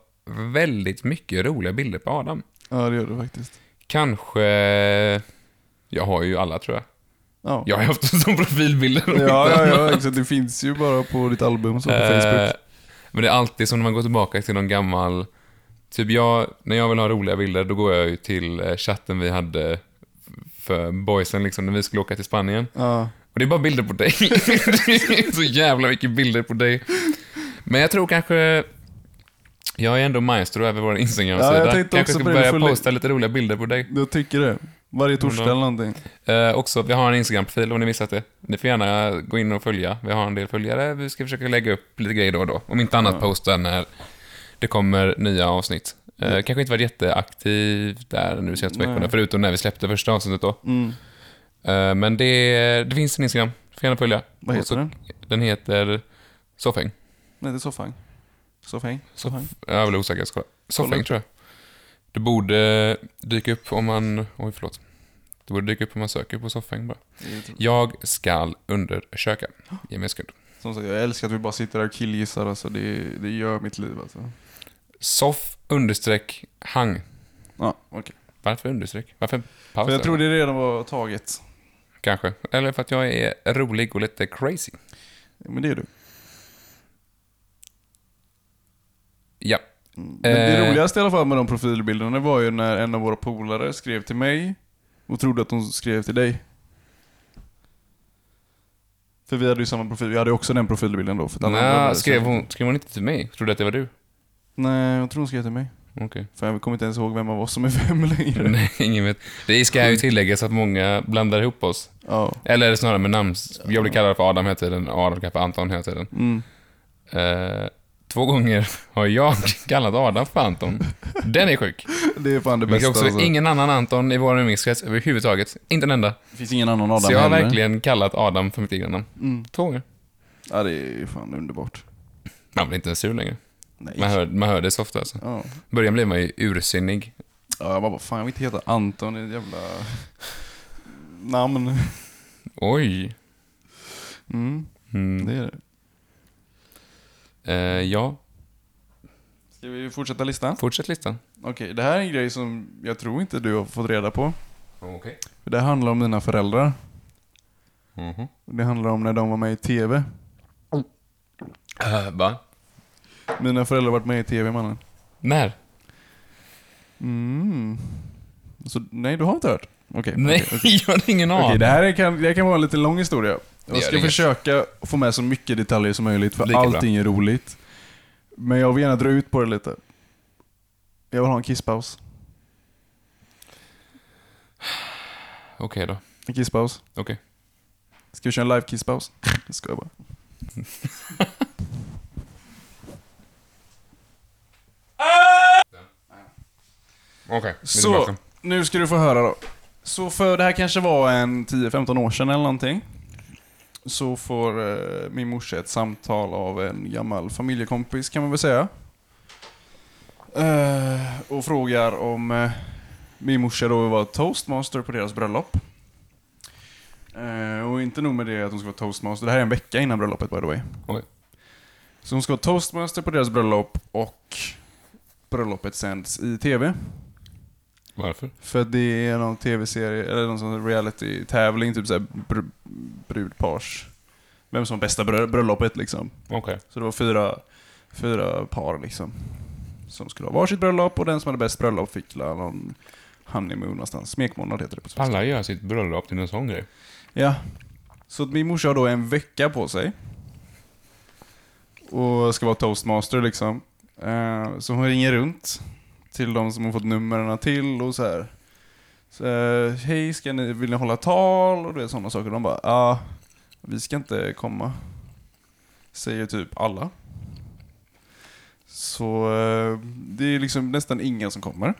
Speaker 1: väldigt mycket roliga bilder på Adam.
Speaker 2: Ja, det gör det faktiskt.
Speaker 1: Kanske... Jag har ju alla, tror jag.
Speaker 2: Ja,
Speaker 1: Jag har haft som profilbilder. om inte
Speaker 2: ja, ja,
Speaker 1: annat.
Speaker 2: ja exakt. Det finns ju bara på ditt album så på
Speaker 1: Eh,
Speaker 2: Facebook.
Speaker 1: Men det är alltid som när man går tillbaka till någon gammal... Typ jag, när jag vill ha roliga bilder, då går jag ju till eh, chatten vi hade för boysen, liksom, när vi skulle åka till Spanien.
Speaker 2: Ja.
Speaker 1: Och det är bara bilder på dig. det är så jävla mycket bilder på dig. Men jag tror kanske... Jag är ändå maestro över vår Instagram-sida.
Speaker 2: Ja, jag tänkte
Speaker 1: kanske ska
Speaker 2: också på det, du
Speaker 1: börja
Speaker 2: får li-
Speaker 1: posta lite roliga bilder på dig.
Speaker 2: Jag tycker det. Varje
Speaker 1: Mm,
Speaker 2: torsdag eller någonting.
Speaker 1: Eh, också, vi har en Instagram-profil om ni missat det. Ni får gärna gå in och följa. Vi har en del följare. Vi ska försöka lägga upp lite grejer då och då. Om inte annat posta när det kommer nya avsnitt. Eh, Kanske inte varit jätteaktiv där nu senaste veckorna, förutom när vi släppte första avsnittet då.
Speaker 2: Mm.
Speaker 1: Eh, men det, det finns en Instagram. Får gärna följa.
Speaker 2: Vad
Speaker 1: Och så-
Speaker 2: heter den?
Speaker 1: Den heter Soffäng.
Speaker 2: Nej, det är Soffhang. Soffhang? Soffhang?
Speaker 1: Soff- jag är väl osäker. jag ska- Soffäng
Speaker 2: upp.
Speaker 1: tror jag. Det borde dyka upp om man... Oj, förlåt. Det borde dyka upp om man söker på Soffäng bara.
Speaker 2: Det tror jag. Jag...
Speaker 1: Jag skall undersöka. Ge mig en sekund.
Speaker 2: Som sagt, jag älskar att vi bara sitter där och killgissar. Alltså, det, det gör mitt liv alltså.
Speaker 1: Soff understreck hang.
Speaker 2: Ja, okej.
Speaker 1: Varför understreck? Varför paus?
Speaker 2: För jag tror det redan var taget.
Speaker 1: Kanske. Eller för att jag är rolig och lite crazy.
Speaker 2: Men det är du.
Speaker 1: Ja.
Speaker 2: Mm. Men
Speaker 1: Eh.
Speaker 2: det roligaste i alla fall med de profilbilderna var ju när en av våra polare skrev till mig och trodde att hon skrev till dig. För vi hade ju samma profil, vi hade också den profilbilden då. För att alla andra
Speaker 1: Nja,
Speaker 2: hade-
Speaker 1: Eh, skrev hon, skrev hon inte till mig? Trodde att det var du?
Speaker 2: Nej, jag tror hon skrev till mig.
Speaker 1: Okej.
Speaker 2: För jag kommer inte ens ihåg vem av oss som är vem längre.
Speaker 1: Nej, ingen vet. Det ska ju tilläggas att många blandar ihop oss.
Speaker 2: Ja.
Speaker 1: Eller snarare med namn. Jag blir kallad för Adam hela tiden och Adam kallar för Anton hela tiden.
Speaker 2: Mm.
Speaker 1: Eh, två gånger har jag kallat Adam för Anton. Den är sjuk.
Speaker 2: Det är fan det
Speaker 1: Men
Speaker 2: bästa
Speaker 1: det är också
Speaker 2: alltså.
Speaker 1: ingen annan Anton i vår umgängeskrets överhuvudtaget. Inte en enda.
Speaker 2: Det finns ingen annan Adam
Speaker 1: Så jag har
Speaker 2: heller.
Speaker 1: verkligen kallat Adam för mitt egna namn.
Speaker 2: Mm.
Speaker 1: Två gånger.
Speaker 2: Ja, det är ju fan underbart.
Speaker 1: Man blir inte ens sur längre.
Speaker 2: Nej.
Speaker 1: Man hör, man hör det så ofta alltså.
Speaker 2: Ja.
Speaker 1: I början blir man ju ursinnig.
Speaker 2: ja, jag bara, fan jag vill inte heta Anton, det är ett jävla namn.
Speaker 1: Oj.
Speaker 2: Mm. Det är det.
Speaker 1: Eh, ja,
Speaker 2: Ska vi fortsätta listan?
Speaker 1: fortsätt listan.
Speaker 2: Okej, det här är en grej som jag tror inte du har fått reda på.
Speaker 1: Okej.
Speaker 2: För Det handlar om mina föräldrar.
Speaker 1: Mhm.
Speaker 2: Och Det handlar om när de var med i TV.
Speaker 1: Eh, va?
Speaker 2: Mina föräldrar har varit med i TV, mannen.
Speaker 1: När?
Speaker 2: Mm. Så, nej, du har inte hört? Okej.
Speaker 1: Nej,
Speaker 2: okej, okej.
Speaker 1: jag har ingen
Speaker 2: Okej,
Speaker 1: aning.
Speaker 2: det här är- kan, det här kan vara en lite lång historia.
Speaker 1: gör
Speaker 2: Jag ska
Speaker 1: inget.
Speaker 2: försöka få med så mycket detaljer som möjligt, för
Speaker 1: Lika bra.
Speaker 2: allting är roligt. Men jag vill gärna dra ut på det lite. Jag vill ha en kisspaus.
Speaker 1: Okej då.
Speaker 2: En kisspaus.
Speaker 1: Okej.
Speaker 2: Ska vi köra en live kisspaus? Jag skojar bara.
Speaker 1: Okej.
Speaker 2: Så, nu ska du få höra då. Så för det här kanske var en 10-15 år sedan eller någonting. Så får eh, min morsa ett samtal av en gammal familjekompis kan man väl säga. Eh, och frågar om eh, min morsa då var toastmaster på deras bröllop. Eh, och inte nog med det att hon ska vara toastmaster, det här är en vecka innan bröllopet by the way.
Speaker 1: Oj.
Speaker 2: Så hon ska vara toastmaster på deras bröllop och bröllopet sänds i tv.
Speaker 1: Varför?
Speaker 2: För att det är någon tv-serie, eller någon sån reality-tävling, typ såhär br- brudpars. Vem som har bästa brö- bröllopet liksom.
Speaker 1: Okej.
Speaker 2: Så det var fyra, fyra par liksom. Som skulle ha varsitt bröllop och den som hade bäst bröllop fick la någon honeymoon någonstans. Smekmånad heter det på svenska.
Speaker 1: Alla gör sitt bröllop till en sån grej.
Speaker 2: Ja. Så att min morsa har då en vecka på sig. Och ska vara toastmaster liksom. Eh, Så hon ringer runt till de som har fått numren till och så här. Så, eh, Hej, ska ni, vill ni hålla tal? Och du vet sådana saker. De bara, ja, ah, vi ska inte komma. Säger typ alla. Så eh, det är liksom nästan ingen som kommer.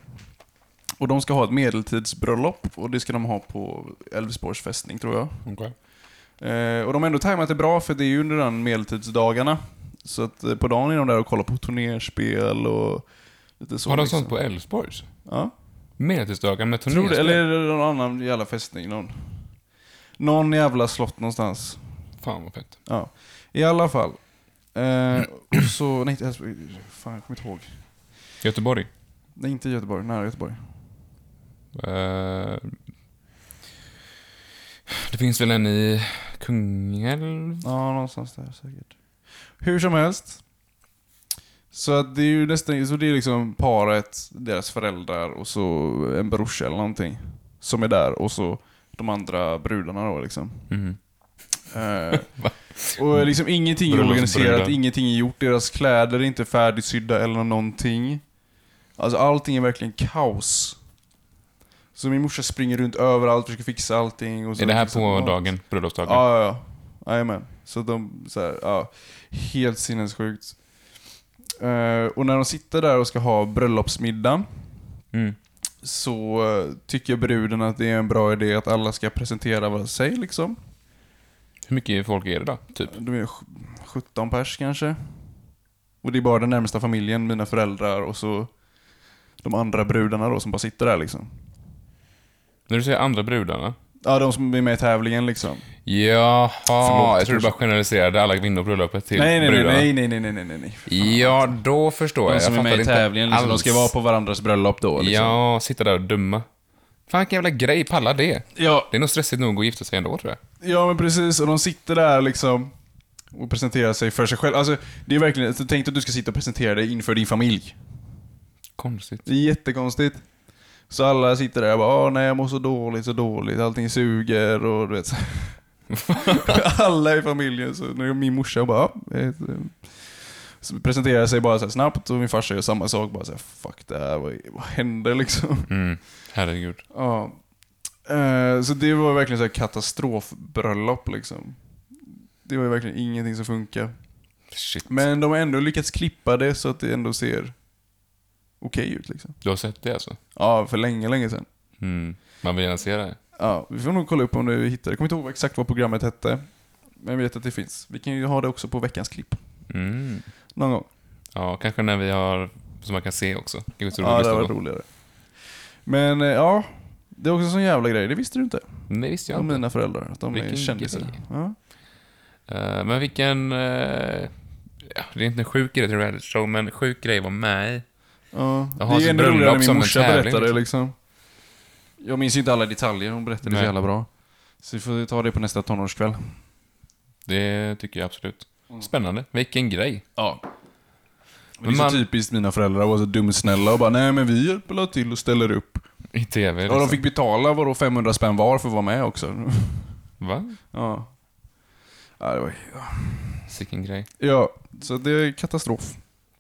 Speaker 2: Och de ska ha ett medeltidsbröllop och det ska de ha på Älvsborgs fästning tror jag.
Speaker 1: Okej.
Speaker 2: Eh, och de har ändå tajmat det bra för det är ju under den medeltidsdagarna. Så att eh, på dagen är de där och kollar på turnerspel och lite så.
Speaker 1: Har de
Speaker 2: liksom.
Speaker 1: sånt på Älvsborgs?
Speaker 2: Ja.
Speaker 1: Medeltidsdagar med
Speaker 2: Tror du,
Speaker 1: turnéspel?
Speaker 2: eller är det någon annan jävla fästning? Någon, någon jävla slott någonstans.
Speaker 1: Fan vad fett.
Speaker 2: Ja. I alla fall. Eh, och så, nej inte Älvsborg. Fan jag kommer inte ihåg.
Speaker 1: Göteborg?
Speaker 2: Nej inte Göteborg, nära Göteborg.
Speaker 1: Eh, det finns väl en i Kungälv?
Speaker 2: Ja, någonstans där säkert. Hur som helst. Så att det är ju nästan, så det är liksom paret, deras föräldrar och så en brorsa eller någonting. Som är där och så de andra brudarna då liksom.
Speaker 1: Mhm.
Speaker 2: Eh, och liksom ingenting är
Speaker 1: Bröllopsbrudar.
Speaker 2: organiserat, ingenting är gjort. Deras kläder är inte färdigsydda eller någonting. Alltså allting är verkligen kaos. Så min morsa springer runt överallt, försöker fixa allting. Och så liksom,
Speaker 1: Är det här
Speaker 2: fixa
Speaker 1: på
Speaker 2: mat.
Speaker 1: dagen? Bröllopsdagen?
Speaker 2: Ja, ja, ja. Jajamän. Så de, så här, ja. Helt sinnessjukt. Eh, och när de sitter där och ska ha bröllopsmiddagen
Speaker 1: Mm.
Speaker 2: så eh, tycker bruden att det är en bra idé att alla ska presentera vad sig liksom.
Speaker 1: Hur mycket folk är det då? Typ?
Speaker 2: De är sj- 17 pers kanske. Och det är bara den närmsta familjen, mina föräldrar och så de andra brudarna då som bara sitter där liksom.
Speaker 1: När du säger andra brudarna?
Speaker 2: Ja, de som är med i tävlingen liksom.
Speaker 1: Jaha,
Speaker 2: Förlåt,
Speaker 1: jag trodde du bara generaliserade alla kvinnor på bröllopet till
Speaker 2: Nej, nej, nej,
Speaker 1: brudarna.
Speaker 2: nej, nej, nej, nej, nej, nej, nej.
Speaker 1: Ja, då förstår
Speaker 2: De
Speaker 1: jag.
Speaker 2: som är
Speaker 1: jag
Speaker 2: med
Speaker 1: fattar
Speaker 2: i
Speaker 1: inte
Speaker 2: tävlingen, liksom, de
Speaker 1: alls.
Speaker 2: ska vara på varandras bröllop då. Liksom.
Speaker 1: Ja, sitta där och dumma. Fan, vilken jävla grej. Palla det.
Speaker 2: Ja,
Speaker 1: Det är nog stressigt nog att gifta sig ändå, tror jag.
Speaker 2: ja, men precis. Och de sitter där liksom och presenterar sig för sig själv. Alltså, det är verkligen, så tänk dig att du ska sitta och presentera dig inför din familj.
Speaker 1: Konstigt.
Speaker 2: Det är jättekonstigt. Så alla sitter där och bara Åh, nej jag mår så dåligt, så dåligt, allting suger och du vet. så. alla i familjen. Så när min morsa bara "Ja, eh, så presenterar sig bara så här snabbt och min farsa gör samma sak. Bara så här, fuck det här, vad, vad händer liksom?
Speaker 1: Mm, herregud.
Speaker 2: Ja. Eh, Så det var verkligen så här katastrofbröllop liksom. Det var ju verkligen ingenting som funkar.
Speaker 1: Shit.
Speaker 2: Men de har ändå lyckats klippa det så att det ändå ser okej ut liksom.
Speaker 1: Du har sett det alltså?
Speaker 2: Ja, för länge, länge sedan.
Speaker 1: Mm. Man vill gärna se det.
Speaker 2: Ja, vi får nog kolla upp om du hittar det. Jag kommer inte ihåg exakt vad programmet hette. Men jag vet att det finns. Vi kan ju ha det också på veckans klipp.
Speaker 1: Mm.
Speaker 2: Någon gång.
Speaker 1: Ja, kanske när vi har... Som man kan se också. Det är så
Speaker 2: Ja,
Speaker 1: roligt
Speaker 2: det
Speaker 1: att
Speaker 2: var
Speaker 1: gå.
Speaker 2: roligare. Men eh, ja, det är också en sån jävla grej. Det visste du inte.
Speaker 1: Nej, visste jag
Speaker 2: Om
Speaker 1: inte.
Speaker 2: mina föräldrar. Att de är
Speaker 1: Vilken
Speaker 2: kändisar.
Speaker 1: grej.
Speaker 2: Ja.
Speaker 1: Eh, men vilken... eh, ja, det är inte en sjuk grej till reality show, men sjuk grej att vara med i.
Speaker 2: Ja,
Speaker 1: Jag
Speaker 2: det
Speaker 1: har
Speaker 2: är ju
Speaker 1: sitt
Speaker 2: ännu roligare
Speaker 1: bröllop
Speaker 2: när
Speaker 1: som en
Speaker 2: min morsa
Speaker 1: tävling,
Speaker 2: berättade
Speaker 1: liksom.
Speaker 2: liksom. Jag minns inte alla detaljer, hon berättade
Speaker 1: Nej.
Speaker 2: så jävla bra. Så vi får ta det på nästa tonårskväll.
Speaker 1: Det tycker jag absolut. Spännande. Vilken grej.
Speaker 2: Ja. Men det
Speaker 1: Men
Speaker 2: är
Speaker 1: man-
Speaker 2: så typiskt mina föräldrar var så dumsnälla och bara nej men vi hjälper la till och ställer upp.
Speaker 1: I TV.
Speaker 2: Och
Speaker 1: Liksom.
Speaker 2: de fick betala vadå 500 spänn var för att vara med också.
Speaker 1: Va?
Speaker 2: Ja. Ja, det var... ja.
Speaker 1: Sicken grej.
Speaker 2: ja, så det är katastrof.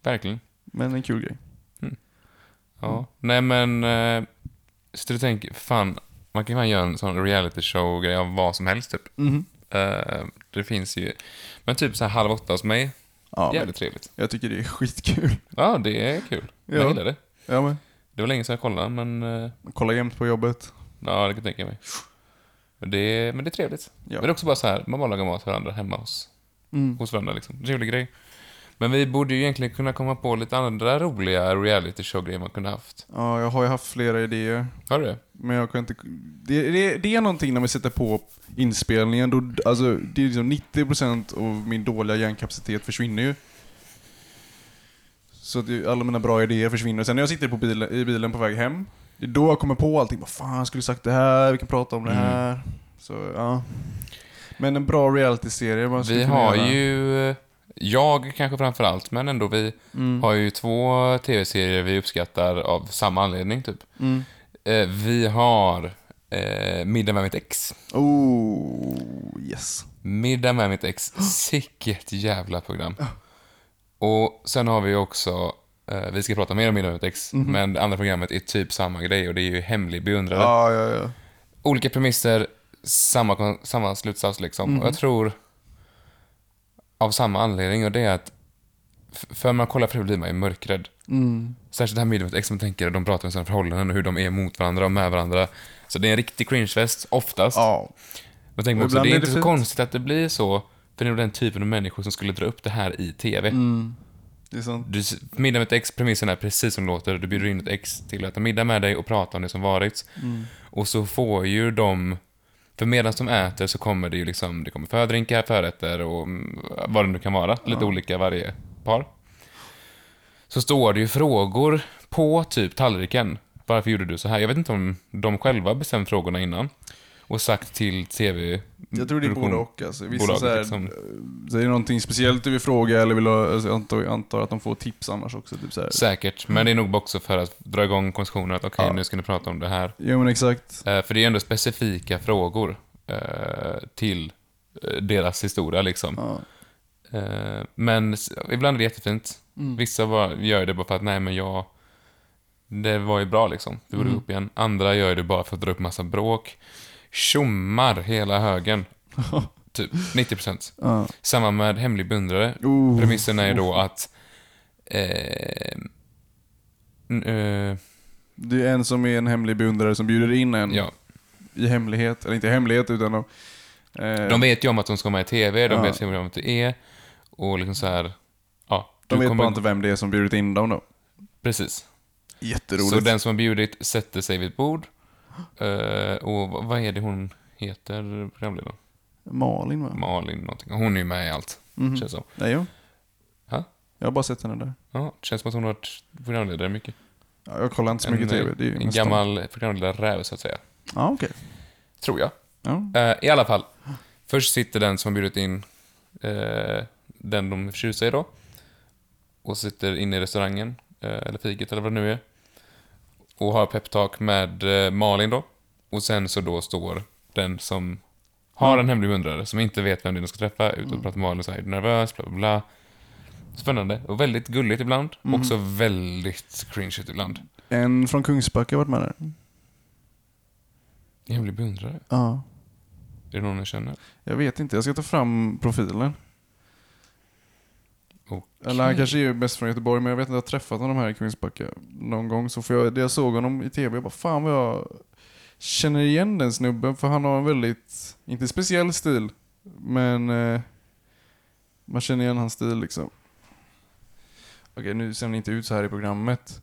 Speaker 1: Verkligen.
Speaker 2: Men en kul grej.
Speaker 1: Ja,
Speaker 2: Mm.
Speaker 1: nej men... eh, Så du tänker, fan, man kan ju fan göra en sån reality show-grej av vad som helst typ.
Speaker 2: Mm-hmm.
Speaker 1: Eh, det finns ju... Men typ så här halv åtta hos mig,
Speaker 2: Ja, men
Speaker 1: jävligt trevligt.
Speaker 2: jag tycker det är skitkul.
Speaker 1: Ja, det är kul.
Speaker 2: Ja.
Speaker 1: Jag gillar det.
Speaker 2: Ja, men.
Speaker 1: Det var länge sedan jag kollade, men... eh,
Speaker 2: Kolla jämt på jobbet.
Speaker 1: Ja, det kan jag tänka mig. Det, men det är trevligt.
Speaker 2: Ja. Mm.
Speaker 1: Men det är också bara så här, man bara lagar mat för varandra hemma hos, hos varandra. Liksom. Trevlig grej. Men vi borde ju egentligen kunna komma på lite andra roliga reality show-grejer man kunde haft.
Speaker 2: Ja, jag har ju haft flera idéer.
Speaker 1: Har du det?
Speaker 2: Men jag kan inte... Det, det, det är någonting när vi sätter på inspelningen, då, alltså, det är liksom 90% av min dåliga hjärnkapacitet försvinner ju. Så att ju- alla mina bra idéer försvinner. Sen när jag sitter på bilen, i bilen på väg hem, det är då jag kommer på allting. Vad fan, jag skulle sagt det här, vi kan prata om det
Speaker 1: Mm.
Speaker 2: här. Så, ja. Men en bra realityserie man skulle
Speaker 1: Vi
Speaker 2: kunna
Speaker 1: har
Speaker 2: göra.
Speaker 1: ju, jag kanske framför allt, men ändå vi
Speaker 2: Mm.
Speaker 1: har ju två tv-serier vi uppskattar av samma anledning typ.
Speaker 2: Mm.
Speaker 1: Eh, vi har eh, Middag med mitt ex.
Speaker 2: Oh, yes.
Speaker 1: Middag med mitt ex, sicket jävla program. Och sen har vi också, eh, vi ska prata mer om Middag med mitt ex, men det andra programmet är typ samma grej och det är ju Hemlig beundrare.
Speaker 2: Mhm. Ja, ja, ja.
Speaker 1: olika premisser, samma, kon- samma slutsats liksom. Och
Speaker 2: Mhm.
Speaker 1: jag tror av samma anledning och det är att f- för man kollar på det blir man ju mörkrädd.
Speaker 2: Mm.
Speaker 1: Särskilt det här med ex som tänker, de pratar om sina förhållanden och hur de är mot varandra och med varandra. Så det är en riktig cringefest, oftast.
Speaker 2: ja.
Speaker 1: Men tänk också,
Speaker 2: Ibland
Speaker 1: det är
Speaker 2: är
Speaker 1: inte
Speaker 2: det
Speaker 1: så
Speaker 2: fint.
Speaker 1: konstigt att det blir så, för det är nog den typen av människor som skulle dra upp det här i TV.
Speaker 2: Det är sant.
Speaker 1: Du, middag med ett ex, premissen är precis som det låter. Du bjuder in ett ex till att äta middag med dig och prata om det som varit.
Speaker 2: Mm.
Speaker 1: Och så får ju de, för medan de äter så kommer det ju liksom, det kommer fördrinkar, förrätter och mm, vad det nu kan vara. Lite olika varje par. Så står det ju frågor på typ tallriken. Varför gjorde du så här? Jag vet inte om de själva bestämt frågorna innan. Och sagt till tv
Speaker 2: Jag tror det är både och. Alltså. Vissa
Speaker 1: bolaget
Speaker 2: så här,
Speaker 1: liksom.
Speaker 2: eh, säger någonting speciellt du vill fråga eller vill ha, alltså, jag antar, jag antar att de får tips annars också. Typ så här.
Speaker 1: Säkert, men det är nog också för att dra igång konversationen att okej, nu ska ni prata om det här.
Speaker 2: Jo men exakt.
Speaker 1: Eh, För det är ändå specifika frågor eh, till eh, deras historia liksom.
Speaker 2: Ja.
Speaker 1: Eh, men s- ibland är det jättefint.
Speaker 2: Mm.
Speaker 1: Vissa bara gör det bara för att, nej men jag, det var ju bra liksom. Det borde
Speaker 2: Mm.
Speaker 1: gå upp igen. Andra gör det bara för att dra upp massa bråk. Tjommar hela högen. typ 90%.
Speaker 2: Ja.
Speaker 1: Samma med Hemlig beundrare.
Speaker 2: Oh.
Speaker 1: Premissen är ju då att eh, n- eh,
Speaker 2: Det är en som är en hemlig beundrare som bjuder in en
Speaker 1: ja,
Speaker 2: i hemlighet, eller inte i hemlighet utan de... Eh,
Speaker 1: De vet ju om att de ska vara med i TV, de
Speaker 2: Ja.
Speaker 1: vet ju om att det är. Och liksom så här, ja.
Speaker 2: de
Speaker 1: du
Speaker 2: vet bara inte vem det är som bjudit in dem då.
Speaker 1: Precis.
Speaker 2: Jätteroligt.
Speaker 1: Så den som har bjudit sätter sig vid ett bord. Eh, och vad- vad är det hon heter, programledaren?
Speaker 2: Malin va?
Speaker 1: Malin någonting. Hon är ju med i allt,
Speaker 2: Mhm.
Speaker 1: känns som.
Speaker 2: Nej, jo.
Speaker 1: Ja,
Speaker 2: Jag har bara sett henne där.
Speaker 1: ja, känns som att hon har varit programledare mycket.
Speaker 2: Ja, Jag kollar inte så mycket
Speaker 1: en,
Speaker 2: TV. Det är ju
Speaker 1: en
Speaker 2: mest-
Speaker 1: gammal programledare-räv, så att säga.
Speaker 2: Ja, okej.
Speaker 1: Tror jag.
Speaker 2: Ja.
Speaker 1: Eh, I alla fall. Först sitter den som bjudit in eh, den de är förtjusta i då. Och sitter inne i restaurangen, eh, eller fiket eller vad det nu är. Och har peptalk med eh, Malin då. Och sen så då står den som har en hemlig beundrare, som inte vet vem det är de ska träffa, ute och pratar med Malin så här, är du nervös, bla bla bla. Spännande och väldigt gulligt ibland. Också väldigt cringeigt ibland.
Speaker 2: En från Kungsbacka har varit med där.
Speaker 1: Hemlig beundrare?
Speaker 2: Ja.
Speaker 1: Är det någon jag känner?
Speaker 2: Jag vet inte, jag ska ta fram profilen.
Speaker 1: Okej.
Speaker 2: Eller han kanske är bäst från Göteborg, men jag vet inte, jag har träffat honom här i Kungsbacka någon gång. Så får jag, det jag såg honom i tv, jag bara fan vad jag känner igen den snubben. För han har en väldigt, inte speciell stil, men eh, man känner igen hans stil liksom. Okej, nu ser han inte ut så här i programmet.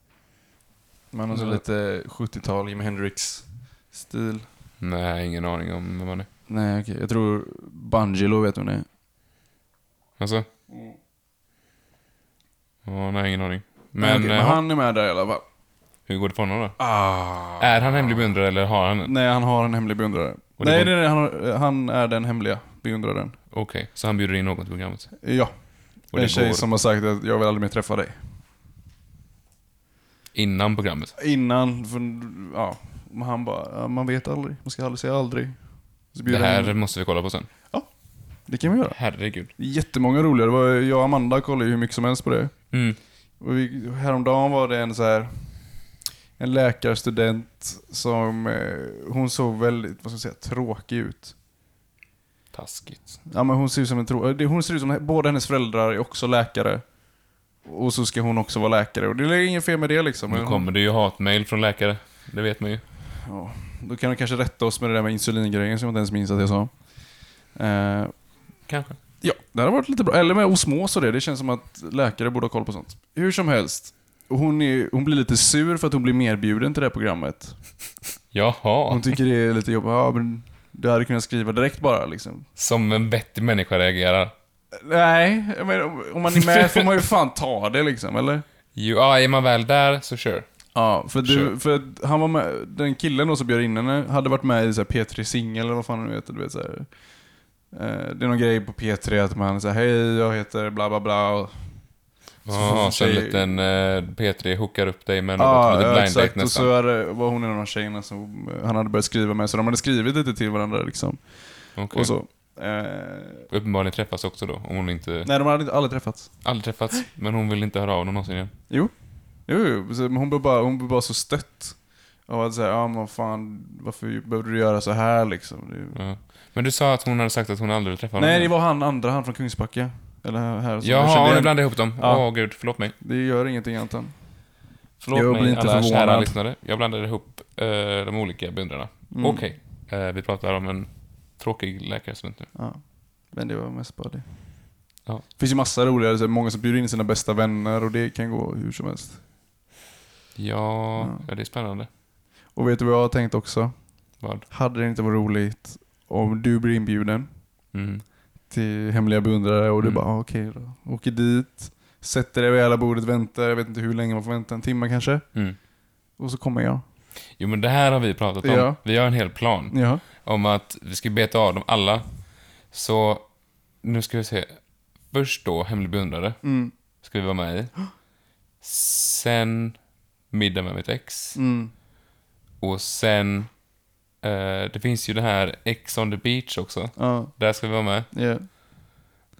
Speaker 2: Men han har så
Speaker 1: Nej.
Speaker 2: lite 70-tal Jimi Hendrix-stil.
Speaker 1: Nej, ingen aning om vem han är.
Speaker 2: Nej, okej. Jag tror Bangelo vet hon det.
Speaker 1: Alltså?
Speaker 2: Mm.
Speaker 1: Ja, nej, ingen aning. Men,
Speaker 2: Men, okej, men
Speaker 1: eh,
Speaker 2: han Ah. är med där i alla fall.
Speaker 1: hur går det för honom då? Är han hemlig beundrare eller har han en?
Speaker 2: Nej, han har en hemlig beundrare.
Speaker 1: Och det
Speaker 2: nej,
Speaker 1: var-
Speaker 2: nej, nej, han, har, han är den hemliga beundraren.
Speaker 1: Okej, så han bjuder in någon till programmet.
Speaker 2: Ja.
Speaker 1: Och
Speaker 2: en
Speaker 1: det
Speaker 2: tjej
Speaker 1: går
Speaker 2: som har sagt att jag vill aldrig mer träffa dig.
Speaker 1: innan programmet.
Speaker 2: Innan, för, ja. men Han bara, ja, man vet aldrig. Man ska aldrig säga aldrig. Så
Speaker 1: Det
Speaker 2: bjuder han
Speaker 1: här
Speaker 2: in-
Speaker 1: måste vi kolla på sen.
Speaker 2: Ja, det kan vi göra.
Speaker 1: Herregud.
Speaker 2: Jättemånga roliga. Det var, jag och Amanda kollade ju hur mycket som helst på det.
Speaker 1: Mm.
Speaker 2: Och vi, häromdagen var det en så här en läkarstudent som, eh, hon såg väldigt, vad ska jag säga, tråkig ut.
Speaker 1: Taskigt.
Speaker 2: Ja men hon ser ut som en tro... eh, det- Hon ser ut som... Båda hennes föräldrar är också läkare. Och så ska hon också vara läkare. Och det är inget fel med det liksom.
Speaker 1: Nu
Speaker 2: Men-
Speaker 1: kommer det ju hatmejl från läkare. Det vet man ju.
Speaker 2: Ja, då kan de kanske rätta oss med det där med insulingrejen som jag inte ens minns att jag sa. Eh,
Speaker 1: Kanske.
Speaker 2: ja, det hade varit lite bra. Eller med osmos och det. Det känns som att läkare borde ha koll på sånt. Hur som helst. Hon, är, hon blir lite sur för att hon blir medbjuden till det här programmet.
Speaker 1: Jaha.
Speaker 2: Hon tycker det är lite jobbigt. Ja, men du hade kunnat skriva direkt bara liksom.
Speaker 1: Som en vettig människa reagerar.
Speaker 2: Nej, men om- om man är med får man ju fan ta det liksom, eller?
Speaker 1: Jo, ja, är man väl där så kör.
Speaker 2: Ja, för,
Speaker 1: Sure.
Speaker 2: du, för att han var med, den killen då som bjöd in henne hade varit med i så här P3 Singel eller vad fan du vet. Du vet så här. Eh, Det är någon grej på P3 att man säger hej jag heter bla bla bla. och-
Speaker 1: Ja,
Speaker 2: får
Speaker 1: Ah, så, en
Speaker 2: tjej- Ah,
Speaker 1: liten eh, P3 hookar upp dig med något,
Speaker 2: Ja,
Speaker 1: lite
Speaker 2: ja
Speaker 1: blind date
Speaker 2: exakt. Och
Speaker 1: nästan.
Speaker 2: så är det, var hon en av de här tjejerna som han hade börjat skriva med. Så de hade skrivit lite till varandra liksom.
Speaker 1: Okej.
Speaker 2: Och så. Eh,
Speaker 1: Uppenbarligen träffas också då, om hon inte...
Speaker 2: nej, de hade inte aldrig träffats.
Speaker 1: Aldrig träffats, men hon vill inte höra av honom någonsin igen.
Speaker 2: Jo. Jo, jo. Så- Men hon blev bara, hon blev bara så stött. Och att säga, ja men vad fan, varför behövde du göra så här liksom? Det,
Speaker 1: Ja. Men du sa att hon hade sagt att hon aldrig träffat honom
Speaker 2: Nej, det
Speaker 1: igen.
Speaker 2: var han andra, han från Kungsbacka. Eller här. här som jag kände
Speaker 1: Jaha, nu
Speaker 2: igen.
Speaker 1: blandade jag ihop dem. Åh
Speaker 2: Ja.
Speaker 1: gud, förlåt mig.
Speaker 2: Det gör ingenting Anton.
Speaker 1: Förlåt
Speaker 2: Jag
Speaker 1: mig,
Speaker 2: blir inte
Speaker 1: alla kära
Speaker 2: förvånad.
Speaker 1: lyssnare. Jag blandade ihop eh, de olika beundrarna. Okej, eh, vi pratar om en tråkig läkarstudent nu.
Speaker 2: Ja. Men det var mest bara det.
Speaker 1: Ja.
Speaker 2: Det finns ju massa roligare, så här, många som bjuder in sina bästa vänner och det kan gå hur som helst.
Speaker 1: Ja, ja, det är spännande.
Speaker 2: Och vet du vad jag har tänkt också?
Speaker 1: Vad?
Speaker 2: Hade det inte varit roligt om du blir inbjuden
Speaker 1: Mm.
Speaker 2: till hemliga beundrare och du
Speaker 1: Mm.
Speaker 2: bara ah, okej då. Åker dit, sätter dig vid hela bordet, väntar, jag vet inte hur länge man får vänta, en timme kanske.
Speaker 1: Mm.
Speaker 2: Och så kommer jag.
Speaker 1: Jo, men det här har vi pratat om.
Speaker 2: Ja.
Speaker 1: Vi har en hel plan.
Speaker 2: Ja.
Speaker 1: om att vi ska beta av dem alla. Så nu ska vi se. Först då Hemlig beundrare.
Speaker 2: Mm.
Speaker 1: Ska vi vara med i. Sen Middag med mitt ex.
Speaker 2: Mm.
Speaker 1: Och sen... Eh, det finns ju det här Ex on the beach också.
Speaker 2: Ja.
Speaker 1: Där ska vi vara med.
Speaker 2: ja.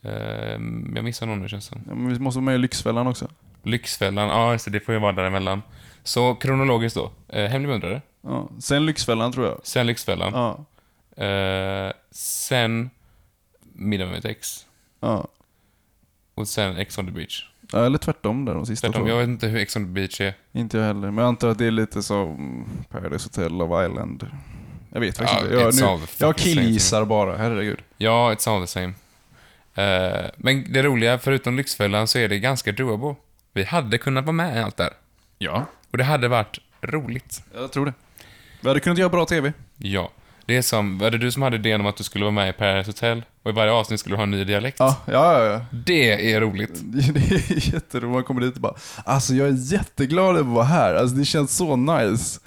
Speaker 1: Eh, jag missar någon nu känns det som.
Speaker 2: Ja, men vi måste vara med i Lyxfällan också.
Speaker 1: Lyxfällan. Ja, just det. Det får ju vara däremellan. Så kronologiskt då. Eh, Hemlig beundrare.
Speaker 2: Ja. Sen Lyxfällan tror jag.
Speaker 1: Sen Lyxfällan.
Speaker 2: Ja.
Speaker 1: Eh, sen Middag med mitt ex.
Speaker 2: Ja.
Speaker 1: Och sen Ex on the beach.
Speaker 2: Ja, eller tvärtom där de sista
Speaker 1: Tvärtom,
Speaker 2: två.
Speaker 1: jag vet inte hur Ex on the Beach är.
Speaker 2: Inte jag heller, men jag antar att det är lite som Paradise Hotel, Love Island. Jag vet faktiskt
Speaker 1: Ja,
Speaker 2: inte. Jag,
Speaker 1: it's all
Speaker 2: nu,
Speaker 1: the fucking
Speaker 2: jag killgissar bara, herregud.
Speaker 1: Ja, it's all the same. Eh, men det roliga, förutom Lyxfällan, så är det ganska doable. Vi hade kunnat vara med i allt där.
Speaker 2: Ja.
Speaker 1: Och det hade varit roligt.
Speaker 2: Jag tror det. Vi hade kunnat göra bra TV.
Speaker 1: Ja. Det är som, var det du som hade idén om att du skulle vara med i Paradise Hotel? Och i varje avsnitt skulle du ha en ny dialekt?
Speaker 2: Ja, ja, ja. ja.
Speaker 1: Det är roligt.
Speaker 2: Det är jätteroligt. Man kommer dit och bara, alltså jag är jätteglad över att vara här. Alltså det känns så nice.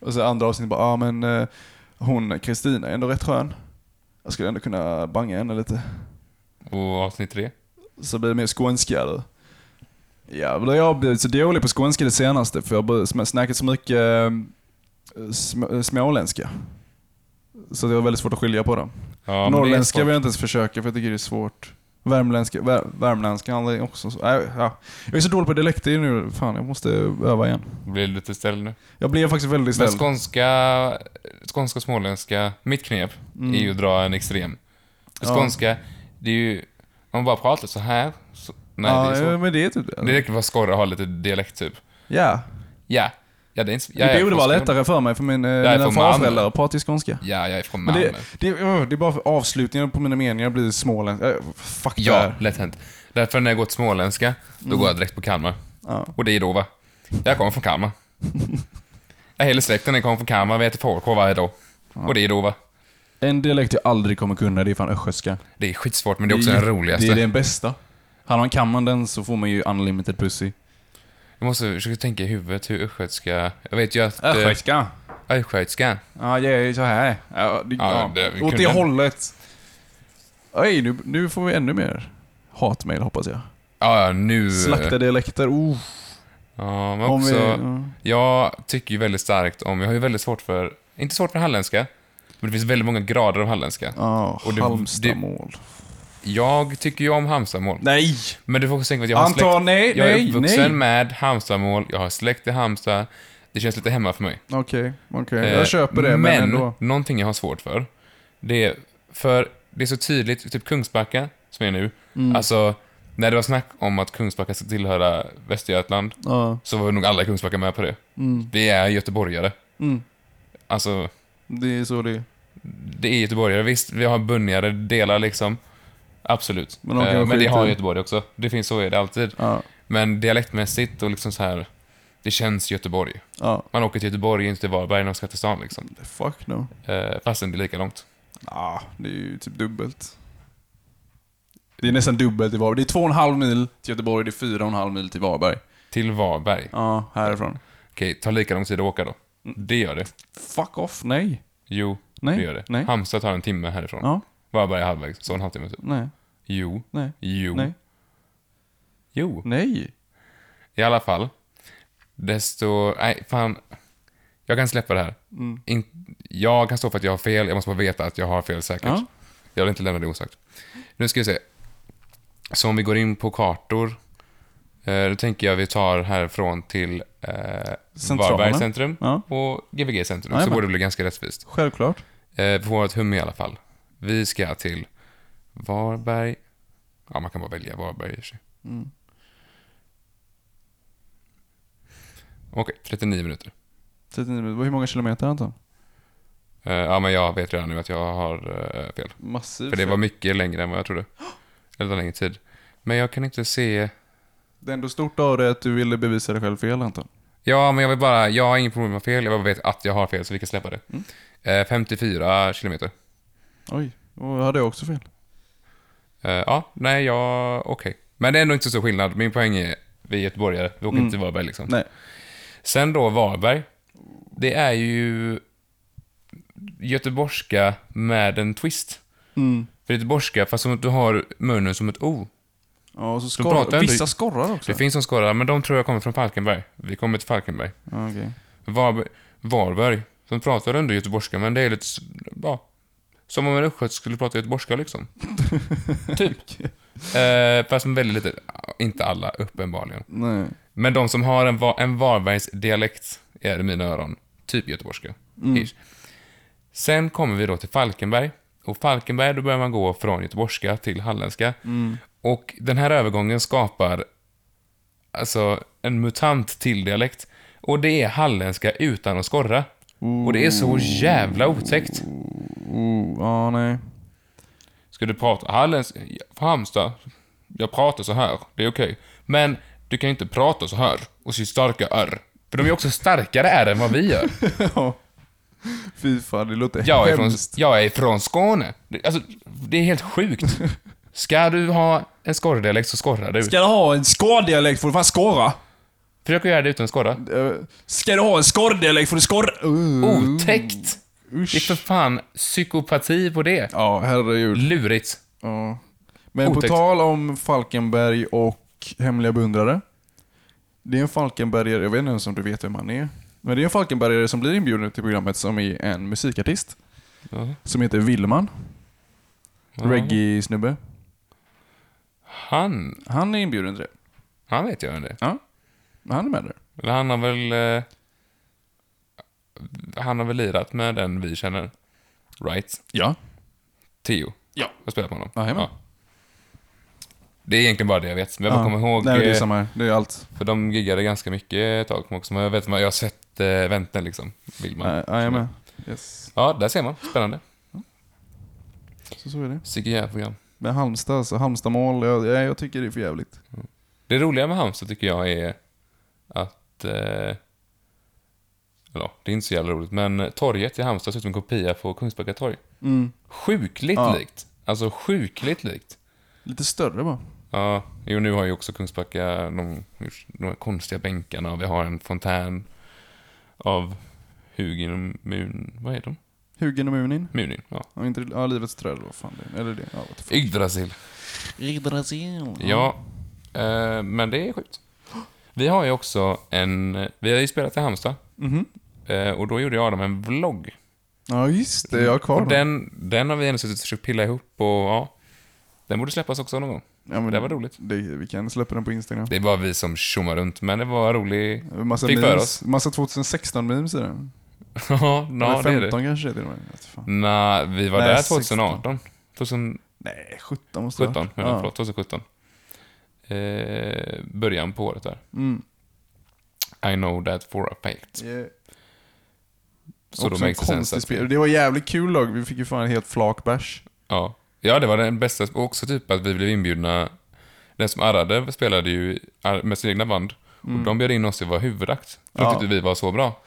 Speaker 2: Och så andra avsnittet bara, ja ah, men eh, hon Kristina är ändå rätt skön. Jag skulle ändå kunna banga henne lite.
Speaker 1: Och avsnitt tre?
Speaker 2: Så blir det mer skånska eller? Jävlar, jag har blivit så dålig på skånska det senaste för jag har börjat sm- snackat så mycket eh, sm eh, småländska. Så det var väldigt svårt att skilja på dem.
Speaker 1: Ja, men det är
Speaker 2: Norrländska
Speaker 1: svårt.
Speaker 2: vill jag inte ens försöka för jag tycker det är svårt. Värmländska, vär, värmländska handlar ju också så. Äh, ja. Jag är så dålig på dialekter nu, fan jag måste öva igen.
Speaker 1: Blir det lite ställd nu.
Speaker 2: Jag blev faktiskt väldigt
Speaker 1: Men
Speaker 2: snäll.
Speaker 1: skånska, skånska och småländska, mitt knep är ju att dra en extrem. För
Speaker 2: Mm. Ja.
Speaker 1: skånska, det är ju, om man bara pratar så här. Så, nej,
Speaker 2: ja,
Speaker 1: det är så.
Speaker 2: men det är typ det.
Speaker 1: Det räcker för att skorra och ha lite dialekt typ.
Speaker 2: Ja.
Speaker 1: Ja, ja det är inte... Ja, jag
Speaker 2: Det
Speaker 1: är
Speaker 2: borde
Speaker 1: från
Speaker 2: vara
Speaker 1: Skåne.
Speaker 2: lättare för mig för min, eh,
Speaker 1: är
Speaker 2: mina
Speaker 1: från Malmö.
Speaker 2: farföräldrar att prata i skånska.
Speaker 1: Ja, jag är från
Speaker 2: Men
Speaker 1: Malmö.
Speaker 2: det, det, öh, det är bara för avslutningen på mina meningar blir småländska. Öh, Fuck det
Speaker 1: Ja,
Speaker 2: här.
Speaker 1: lätt hänt. Därför när jag går till småländska, då går jag direkt på Kalmar.
Speaker 2: Mm. Ja.
Speaker 1: Och det är då va? Jag kommer från Kalmar. ja, hela släkten den kommer från Kalmar, vi äter fårkål varje dag. Och det är då va?
Speaker 2: En dialekt jag aldrig kommer kunna, det är fan östgötska.
Speaker 1: Det är skitsvårt, men det är också den roligaste.
Speaker 2: Det är den bästa. Han man kan man den så får man ju unlimited pussy.
Speaker 1: Jag måste försöka tänka i huvudet hur östgötska... Jag vet ju att... eh, Östgötska.
Speaker 2: Ja, det är så här. Ja, det,
Speaker 1: Ja,
Speaker 2: ja,
Speaker 1: det- vi
Speaker 2: Åt
Speaker 1: kunde-
Speaker 2: det hållet. Oj, nu, nu får vi ännu mer hatmejl hoppas jag.
Speaker 1: Ja, ja, nu...
Speaker 2: Slakta dialekter. Oh,
Speaker 1: Ja, men
Speaker 2: om vi,
Speaker 1: också...
Speaker 2: ja.
Speaker 1: Jag tycker ju väldigt starkt om, jag har ju väldigt svårt för, inte svårt för halländska, men det finns väldigt många grader av halländska.
Speaker 2: Ja,
Speaker 1: Och det-
Speaker 2: Halmstadmål.
Speaker 1: Jag tycker ju om Halmstadmål.
Speaker 2: Nej!
Speaker 1: Men du får också tänka på att jag har
Speaker 2: Anton,
Speaker 1: släkt.
Speaker 2: nej,
Speaker 1: jag är
Speaker 2: nej,
Speaker 1: uppvuxen
Speaker 2: nej.
Speaker 1: med Halmstadmål, jag har släkt i Halmstad. Det känns lite hemma för mig.
Speaker 2: Okej, okej.
Speaker 1: Eh,
Speaker 2: jag köper det, men, ändå.
Speaker 1: någonting jag har svårt för, det är, för det är så tydligt, typ Kungsbacka, som är nu,
Speaker 2: Mm.
Speaker 1: alltså, när det var snack om att Kungsbacka ska tillhöra Västergötland,
Speaker 2: Ja.
Speaker 1: så var nog alla i Kungsbacka med på det. Vi är göteborgare.
Speaker 2: Mm.
Speaker 1: Alltså,
Speaker 2: Det är så det är.
Speaker 1: det är göteborgare. Visst, vi har bunnigare delar liksom. Absolut.
Speaker 2: Men
Speaker 1: Men,
Speaker 2: de kan
Speaker 1: eh, men det
Speaker 2: skita
Speaker 1: har
Speaker 2: i.
Speaker 1: Göteborg också. Det finns, så är det alltid.
Speaker 2: Ja.
Speaker 1: Men dialektmässigt och liksom så här, det känns Göteborg.
Speaker 2: Ja.
Speaker 1: Man åker till Göteborg, inte till Varberg, och ska till stan liksom.
Speaker 2: Fuck no.
Speaker 1: Eh, fastän det är lika långt.
Speaker 2: Ja, det är ju typ dubbelt. Det är nästan dubbelt i Varberg. Det är två och en halv mil till Göteborg, det är fyra och en halv mil till Varberg.
Speaker 1: Till Varberg.
Speaker 2: Ja, härifrån.
Speaker 1: Okej, ta lika lång tid att åka då. Det gör det.
Speaker 2: Fuck off, nej.
Speaker 1: Jo,
Speaker 2: Nej,
Speaker 1: det gör det.
Speaker 2: nej.
Speaker 1: Halmstad tar en timme härifrån.
Speaker 2: Ja,
Speaker 1: Varberg är halvvägs, så en halvtimme typ.
Speaker 2: nej,
Speaker 1: Jo.
Speaker 2: nej,
Speaker 1: Jo.
Speaker 2: nej,
Speaker 1: Jo.
Speaker 2: nej.
Speaker 1: I alla fall. Desto... Nej, fan. Jag kan släppa det här.
Speaker 2: Mm.
Speaker 1: In, jag kan stå för att jag har fel. Jag måste bara veta att jag har fel säkert.
Speaker 2: Ja.
Speaker 1: Jag vill inte lämna det osagt. Nu ska vi se. Så om vi går in på kartor. Eh, då tänker jag vi tar härifrån till eh,
Speaker 2: Centralen.
Speaker 1: Varberg centrum
Speaker 2: Ja.
Speaker 1: och Gbg centrum. så
Speaker 2: Jajamän.
Speaker 1: borde det bli ganska rättvist.
Speaker 2: Självklart.
Speaker 1: Eh, på vårt hum i alla fall. Vi ska till Varberg. Ja, man kan bara välja Varberg i och för sig. Okej, 39 minuter.
Speaker 2: 39 minuter. Hur många kilometer Anton?
Speaker 1: Eh, ja, men jag vet redan nu att jag har eh, fel.
Speaker 2: Massivt.
Speaker 1: För det var mycket längre än vad jag trodde. Eller längre tid. Men jag kan inte se...
Speaker 2: det är ändå stort av dig att du ville bevisa dig själv fel Anton.
Speaker 1: Ja, men jag vill bara... Jag har inget problem med fel. Jag bara vet att jag har fel, så vi kan släppa det. Eh, 54 kilometer.
Speaker 2: Oj, och hade jag också fel.
Speaker 1: Eh, ja, nej, jag... Okej. Men det är ändå inte så skillnad. Min poäng är, vi är göteborgare. Vi åker inte till Varberg liksom.
Speaker 2: Nej.
Speaker 1: Sen då Varberg. Det är ju göteborgska med en twist. För göteborgska, fast som att du har munnen som ett O.
Speaker 2: Ja, och så
Speaker 1: Då pratar
Speaker 2: skorrar.
Speaker 1: jag ändå-
Speaker 2: Vissa skorrar också.
Speaker 1: Det finns som skorrar, men de tror jag kommer från Falkenberg. Vi kommer till Falkenberg.
Speaker 2: Ja, okej.
Speaker 1: Varberg, Varberg som pratar ändå göteborgska, men det är lite... s- Ja, som om en östgöte skulle prata göteborgska liksom. typ. Eh, fast med väldigt lite. Inte alla, uppenbarligen.
Speaker 2: Nej.
Speaker 1: Men de som har en, va- en Varbergsdialekt är i mina öron typ göteborgska. Ish. Sen kommer vi då till Falkenberg. Och Falkenberg, då börjar man gå från göteborgska till halländska. Och den här övergången skapar alltså en mutant till dialekt. Och det är halländska utan att skorra. Och det är så jävla otäckt.
Speaker 2: Oh, ja, nej.
Speaker 1: Ska du prata halländska? Halmstad? Jag pratar så här, det är okej. Men du kan ju inte prata så här och så starka R. För de är också starkare R än vad vi gör.
Speaker 2: Ja. Fy fan, det låter
Speaker 1: Jag är från,
Speaker 2: hemskt.
Speaker 1: jag är från Skåne. Det- Alltså, det är helt sjukt. Ska du ha en skorrdialekt så skorrar du.
Speaker 2: Ska du ha en skorrdialekt får du fan skorra.
Speaker 1: Försök att göra det utan att skorra.
Speaker 2: Eh, Ska du ha en skorrdialekt får du skorra. Uh,
Speaker 1: Otäckt! Det är för fan psykopati på det.
Speaker 2: Ja, herregud.
Speaker 1: Lurigt.
Speaker 2: Ja. Men
Speaker 1: Otäckt.
Speaker 2: på tal om Falkenberg och hemliga beundrare. Det är en Falkenbergare, jag vet inte ens om du vet vem han är. Men det är en Falkenbergare som blir inbjuden till programmet som är en musikartist.
Speaker 1: Ja.
Speaker 2: Som heter Willman. Reggae-snubbe.
Speaker 1: Han,
Speaker 2: Han är inbjuden till det.
Speaker 1: han vet jag ändå.
Speaker 2: Ja. Han är med där.
Speaker 1: Eller han har väl... Eh, han har väl lirat med den vi känner. Right?
Speaker 2: Ja.
Speaker 1: Theo.
Speaker 2: Ja.
Speaker 1: Jag spelar på honom.
Speaker 2: Jajamän.
Speaker 1: Det är egentligen bara det jag vet. Men jag bara kommer ihåg...
Speaker 2: Nej, det är
Speaker 1: eh,
Speaker 2: samma. här. Det är allt.
Speaker 1: För de giggade ganska mycket ett tag också. Men jag vet vad jag har sett eh, vänten liksom. Billman.
Speaker 2: Nej, Jajamän. Yes.
Speaker 1: Ja, där ser man. Spännande.
Speaker 2: Så, så är det.
Speaker 1: Sigge Järv-program.
Speaker 2: Men Halmstad alltså. Halmstadmål. Jag, jag, jag tycker det är för jävligt.
Speaker 1: Det roliga med Halmstad tycker jag är att... Eh, eller ja, det är inte så jävla roligt, men torget i Halmstad ser ut som en kopia på Kungsbacka torg. Sjukligt
Speaker 2: Mm. Ja.
Speaker 1: likt. Alltså sjukligt likt.
Speaker 2: Lite större bara.
Speaker 1: Ja, jo nu har ju också Kungsbacka de, de här konstiga bänkarna och vi har en fontän av Hugin Mun... Vad är de?
Speaker 2: Hugen och Munin.
Speaker 1: Munin, ja.
Speaker 2: Ja, inte, ja, Livets träd eller vad fan det är. Eller det. Ja, what the fuck.
Speaker 1: Yggdrasil. Yggdrasil. Ja, eh, men det är sjukt. Vi har ju också en... Vi har ju spelat i Halmstad. Eh, och då gjorde jag dem en vlogg.
Speaker 2: ja just det. Jag har kvar
Speaker 1: och den, den har vi ändå suttit och försökt pilla ihop och ja, den borde släppas också någon gång.
Speaker 2: Ja, men
Speaker 1: det var roligt.
Speaker 2: Det, vi kan släppa den på Instagram.
Speaker 1: Det var vi som tjommade runt, men det var rolig...
Speaker 2: Massa
Speaker 1: Fick för oss.
Speaker 2: memes. Massa 2016-memes i den.
Speaker 1: ja, ja,
Speaker 2: Eller
Speaker 1: det är
Speaker 2: 15
Speaker 1: det.
Speaker 2: kanske till och med. Jag vet fan.
Speaker 1: Nej, vi var
Speaker 2: Nej,
Speaker 1: där
Speaker 2: 16.
Speaker 1: 2018. 2017,
Speaker 2: Nej, 17 måste det ha
Speaker 1: menar
Speaker 2: varit.
Speaker 1: jag, förlåt. 2017. Eh, början på året där.
Speaker 2: Mm.
Speaker 1: I know that for a fact.
Speaker 2: Yeah.
Speaker 1: Så då
Speaker 2: Också en
Speaker 1: makes det
Speaker 2: konstig
Speaker 1: sense.
Speaker 2: spel. Det var jävligt kul lag. Vi fick ju fan helt flakbärs.
Speaker 1: Ja. ja, det var den bästa. Och också typ att vi blev inbjudna. Den som arrade spelade ju ar- med sina egna band. Och de bjöd in oss till att vara huvudakt. För de
Speaker 2: Mm. Ja.
Speaker 1: tyckte vi var så bra.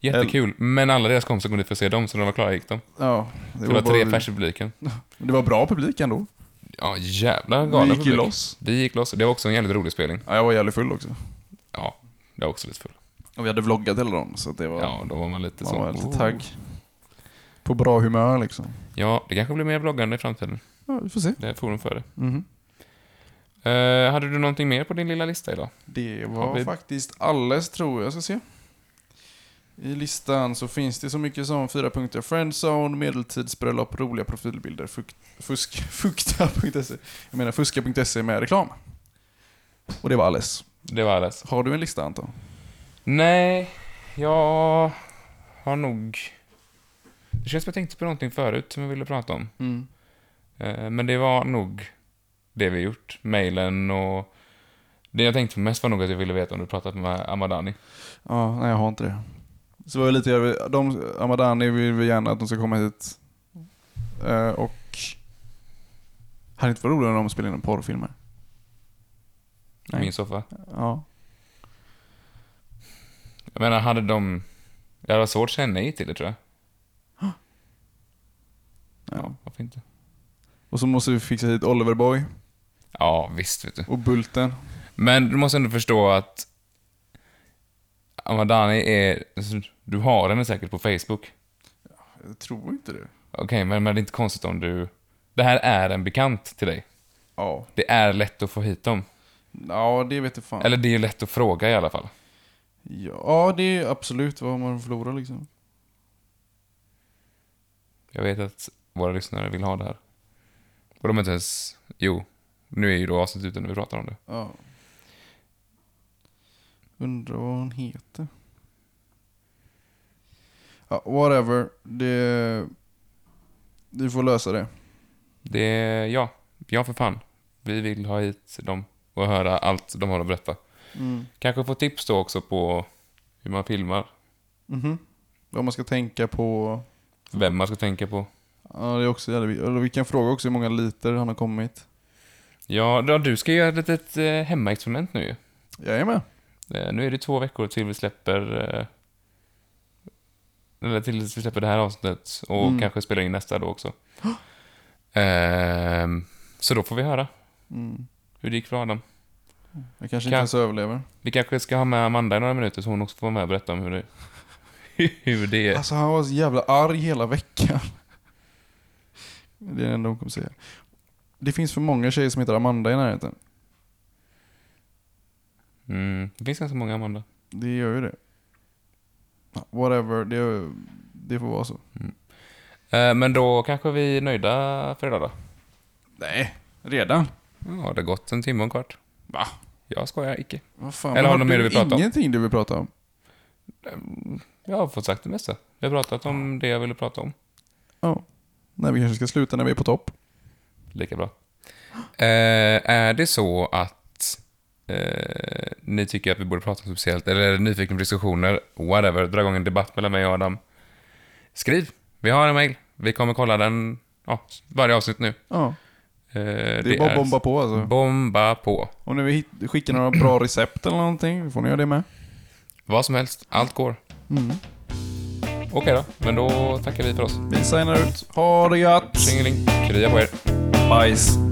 Speaker 1: Jättekul. Men alla deras kompisar kom dit för att se dem, så när de var klara gick de.
Speaker 2: Ja, det
Speaker 1: Det var
Speaker 2: bara-
Speaker 1: tre pers i publiken.
Speaker 2: Det var bra publik ändå.
Speaker 1: Ja, jävla
Speaker 2: Vi
Speaker 1: galen
Speaker 2: gick ju
Speaker 1: publik.
Speaker 2: loss.
Speaker 1: Vi gick loss. Det var också en jävligt rolig spelning.
Speaker 2: Ja, jag var jävligt full också.
Speaker 1: Ja, Jag var också lite full.
Speaker 2: Och vi hade vloggat hela dem, så att det var...
Speaker 1: Ja, då var man lite
Speaker 2: man
Speaker 1: så.
Speaker 2: var lite
Speaker 1: oh.
Speaker 2: tagg. På bra humör liksom.
Speaker 1: Ja, det kanske blir mer bloggande i framtiden.
Speaker 2: Ja, vi får se.
Speaker 1: Det är forum för det.
Speaker 2: Mhm.
Speaker 1: Eh, hade du någonting mer på din lilla lista idag?
Speaker 2: Det
Speaker 1: Har
Speaker 2: var
Speaker 1: vi-
Speaker 2: faktiskt alles tror jag. Jag ska se. I listan så finns det så mycket som fyra punkter. Friendzone, medeltidsbröllop, roliga profilbilder, fukt, fusk, fukta.se. E. Jag menar fuska.se E med reklam. Och det var alles.
Speaker 1: Det var alles.
Speaker 2: Har du en lista Anton?
Speaker 1: Nej, jag har nog... Det känns som jag tänkte på någonting förut som jag ville prata om.
Speaker 2: Mm.
Speaker 1: Eh, Men det var nog det vi gjort. Mailen och... Det jag tänkte på mest var nog att jag ville veta om du pratat med Amadani.
Speaker 2: Ja, nej jag har inte det. Så var det lite, jag vill- de, Amadani vill vi gärna att de ska komma hit. Eh, och... Hade inte varit roligare om de spelade in en porrfilmer?
Speaker 1: I min soffa.
Speaker 2: Ja.
Speaker 1: Jag menar, hade de... Jag hade svårt att säga nej till det, tror jag.
Speaker 2: ja.
Speaker 1: Varför inte?
Speaker 2: Och så måste vi fixa hit Oliver Boy
Speaker 1: Ja, visst, vet du.
Speaker 2: och Bulten.
Speaker 1: Men du måste ändå förstå att Amadani är... alltså, Du har henne säkert på Facebook.
Speaker 2: Jag tror inte det.
Speaker 1: Okej, men, men det är inte konstigt om du... Det här är en bekant till dig.
Speaker 2: Ja.
Speaker 1: Det är lätt att få hit dem.
Speaker 2: Ja, det vet jag fan.
Speaker 1: Eller det är lätt att fråga i alla fall.
Speaker 2: Ja, det är absolut vad man förlorar liksom.
Speaker 1: Jag vet att våra lyssnare vill ha det här. Och de är inte ens... Jo, nu är ju då avsnittet ute när vi pratar om det.
Speaker 2: Ja. Undrar vad hon heter. Ja, whatever. Det... Vi får lösa det.
Speaker 1: Det är... Ja, ja för fan. Vi vill ha hit dem och höra allt de har att berätta. Kanske få tips då också på hur man filmar.
Speaker 2: Mhm. Vad man ska tänka på.
Speaker 1: Vem man ska tänka på.
Speaker 2: Ja, det är också jävligt. Eller vi kan fråga också hur många liter han har kommit.
Speaker 1: Ja, då- du ska göra ett litet eh, hemmaexperiment nu ju.
Speaker 2: Jajamän.
Speaker 1: Eh, Nu är det två veckor till vi släpper... eh, Eller tills vi släpper det här avsnittet och kanske spelar in nästa då också. Ehm, så då får vi höra hur det gick för Adam.
Speaker 2: Jag kanske
Speaker 1: Kan-
Speaker 2: inte ens överlever.
Speaker 1: Vi kanske ska ha med Amanda i några minuter så hon också får vara med och berätta om hur det, hur det är.
Speaker 2: Alltså han var så jävla arg hela veckan. Det är det enda hon kommer säga. Det finns för många tjejer som heter Amanda i närheten.
Speaker 1: Mm, det finns ganska många Amanda.
Speaker 2: Det gör ju det. Ja, Whatever, det, det får vara så.
Speaker 1: Eh, men då kanske vi är nöjda för idag då.
Speaker 2: Nej, redan?
Speaker 1: Ja, det har gått en timme och en kvart.
Speaker 2: Va?
Speaker 1: Jag skojar icke.
Speaker 2: Vad fan,
Speaker 1: Eller har
Speaker 2: vad
Speaker 1: du mer du vill prata om?
Speaker 2: Ingenting du vill prata om.
Speaker 1: Jag har fått sagt det mesta. Vi har pratat om det jag ville prata om.
Speaker 2: Ja. Nej, vi kanske ska sluta när vi är på topp.
Speaker 1: Lika bra. Eh, är det så att eh, ni tycker att vi borde prata om något speciellt, eller är det nyfikna på diskussioner, whatever, dra igång en debatt mellan mig och Adam. Skriv! Vi har en mail. Vi kommer kolla den ja, varje avsnitt nu.
Speaker 2: Ja,
Speaker 1: Eh,
Speaker 2: det, är bara att bomba på alltså.
Speaker 1: Bomba på.
Speaker 2: Om ni vill hit- skicka några bra recept eller någonting, får ni göra det med.
Speaker 1: Vad som helst. Allt går.
Speaker 2: Mm.
Speaker 1: Okej då, men då tackar vi för oss.
Speaker 2: Vi signar ut. Ha det gött!
Speaker 1: Tjingeling. Krya på er.
Speaker 2: Bajs!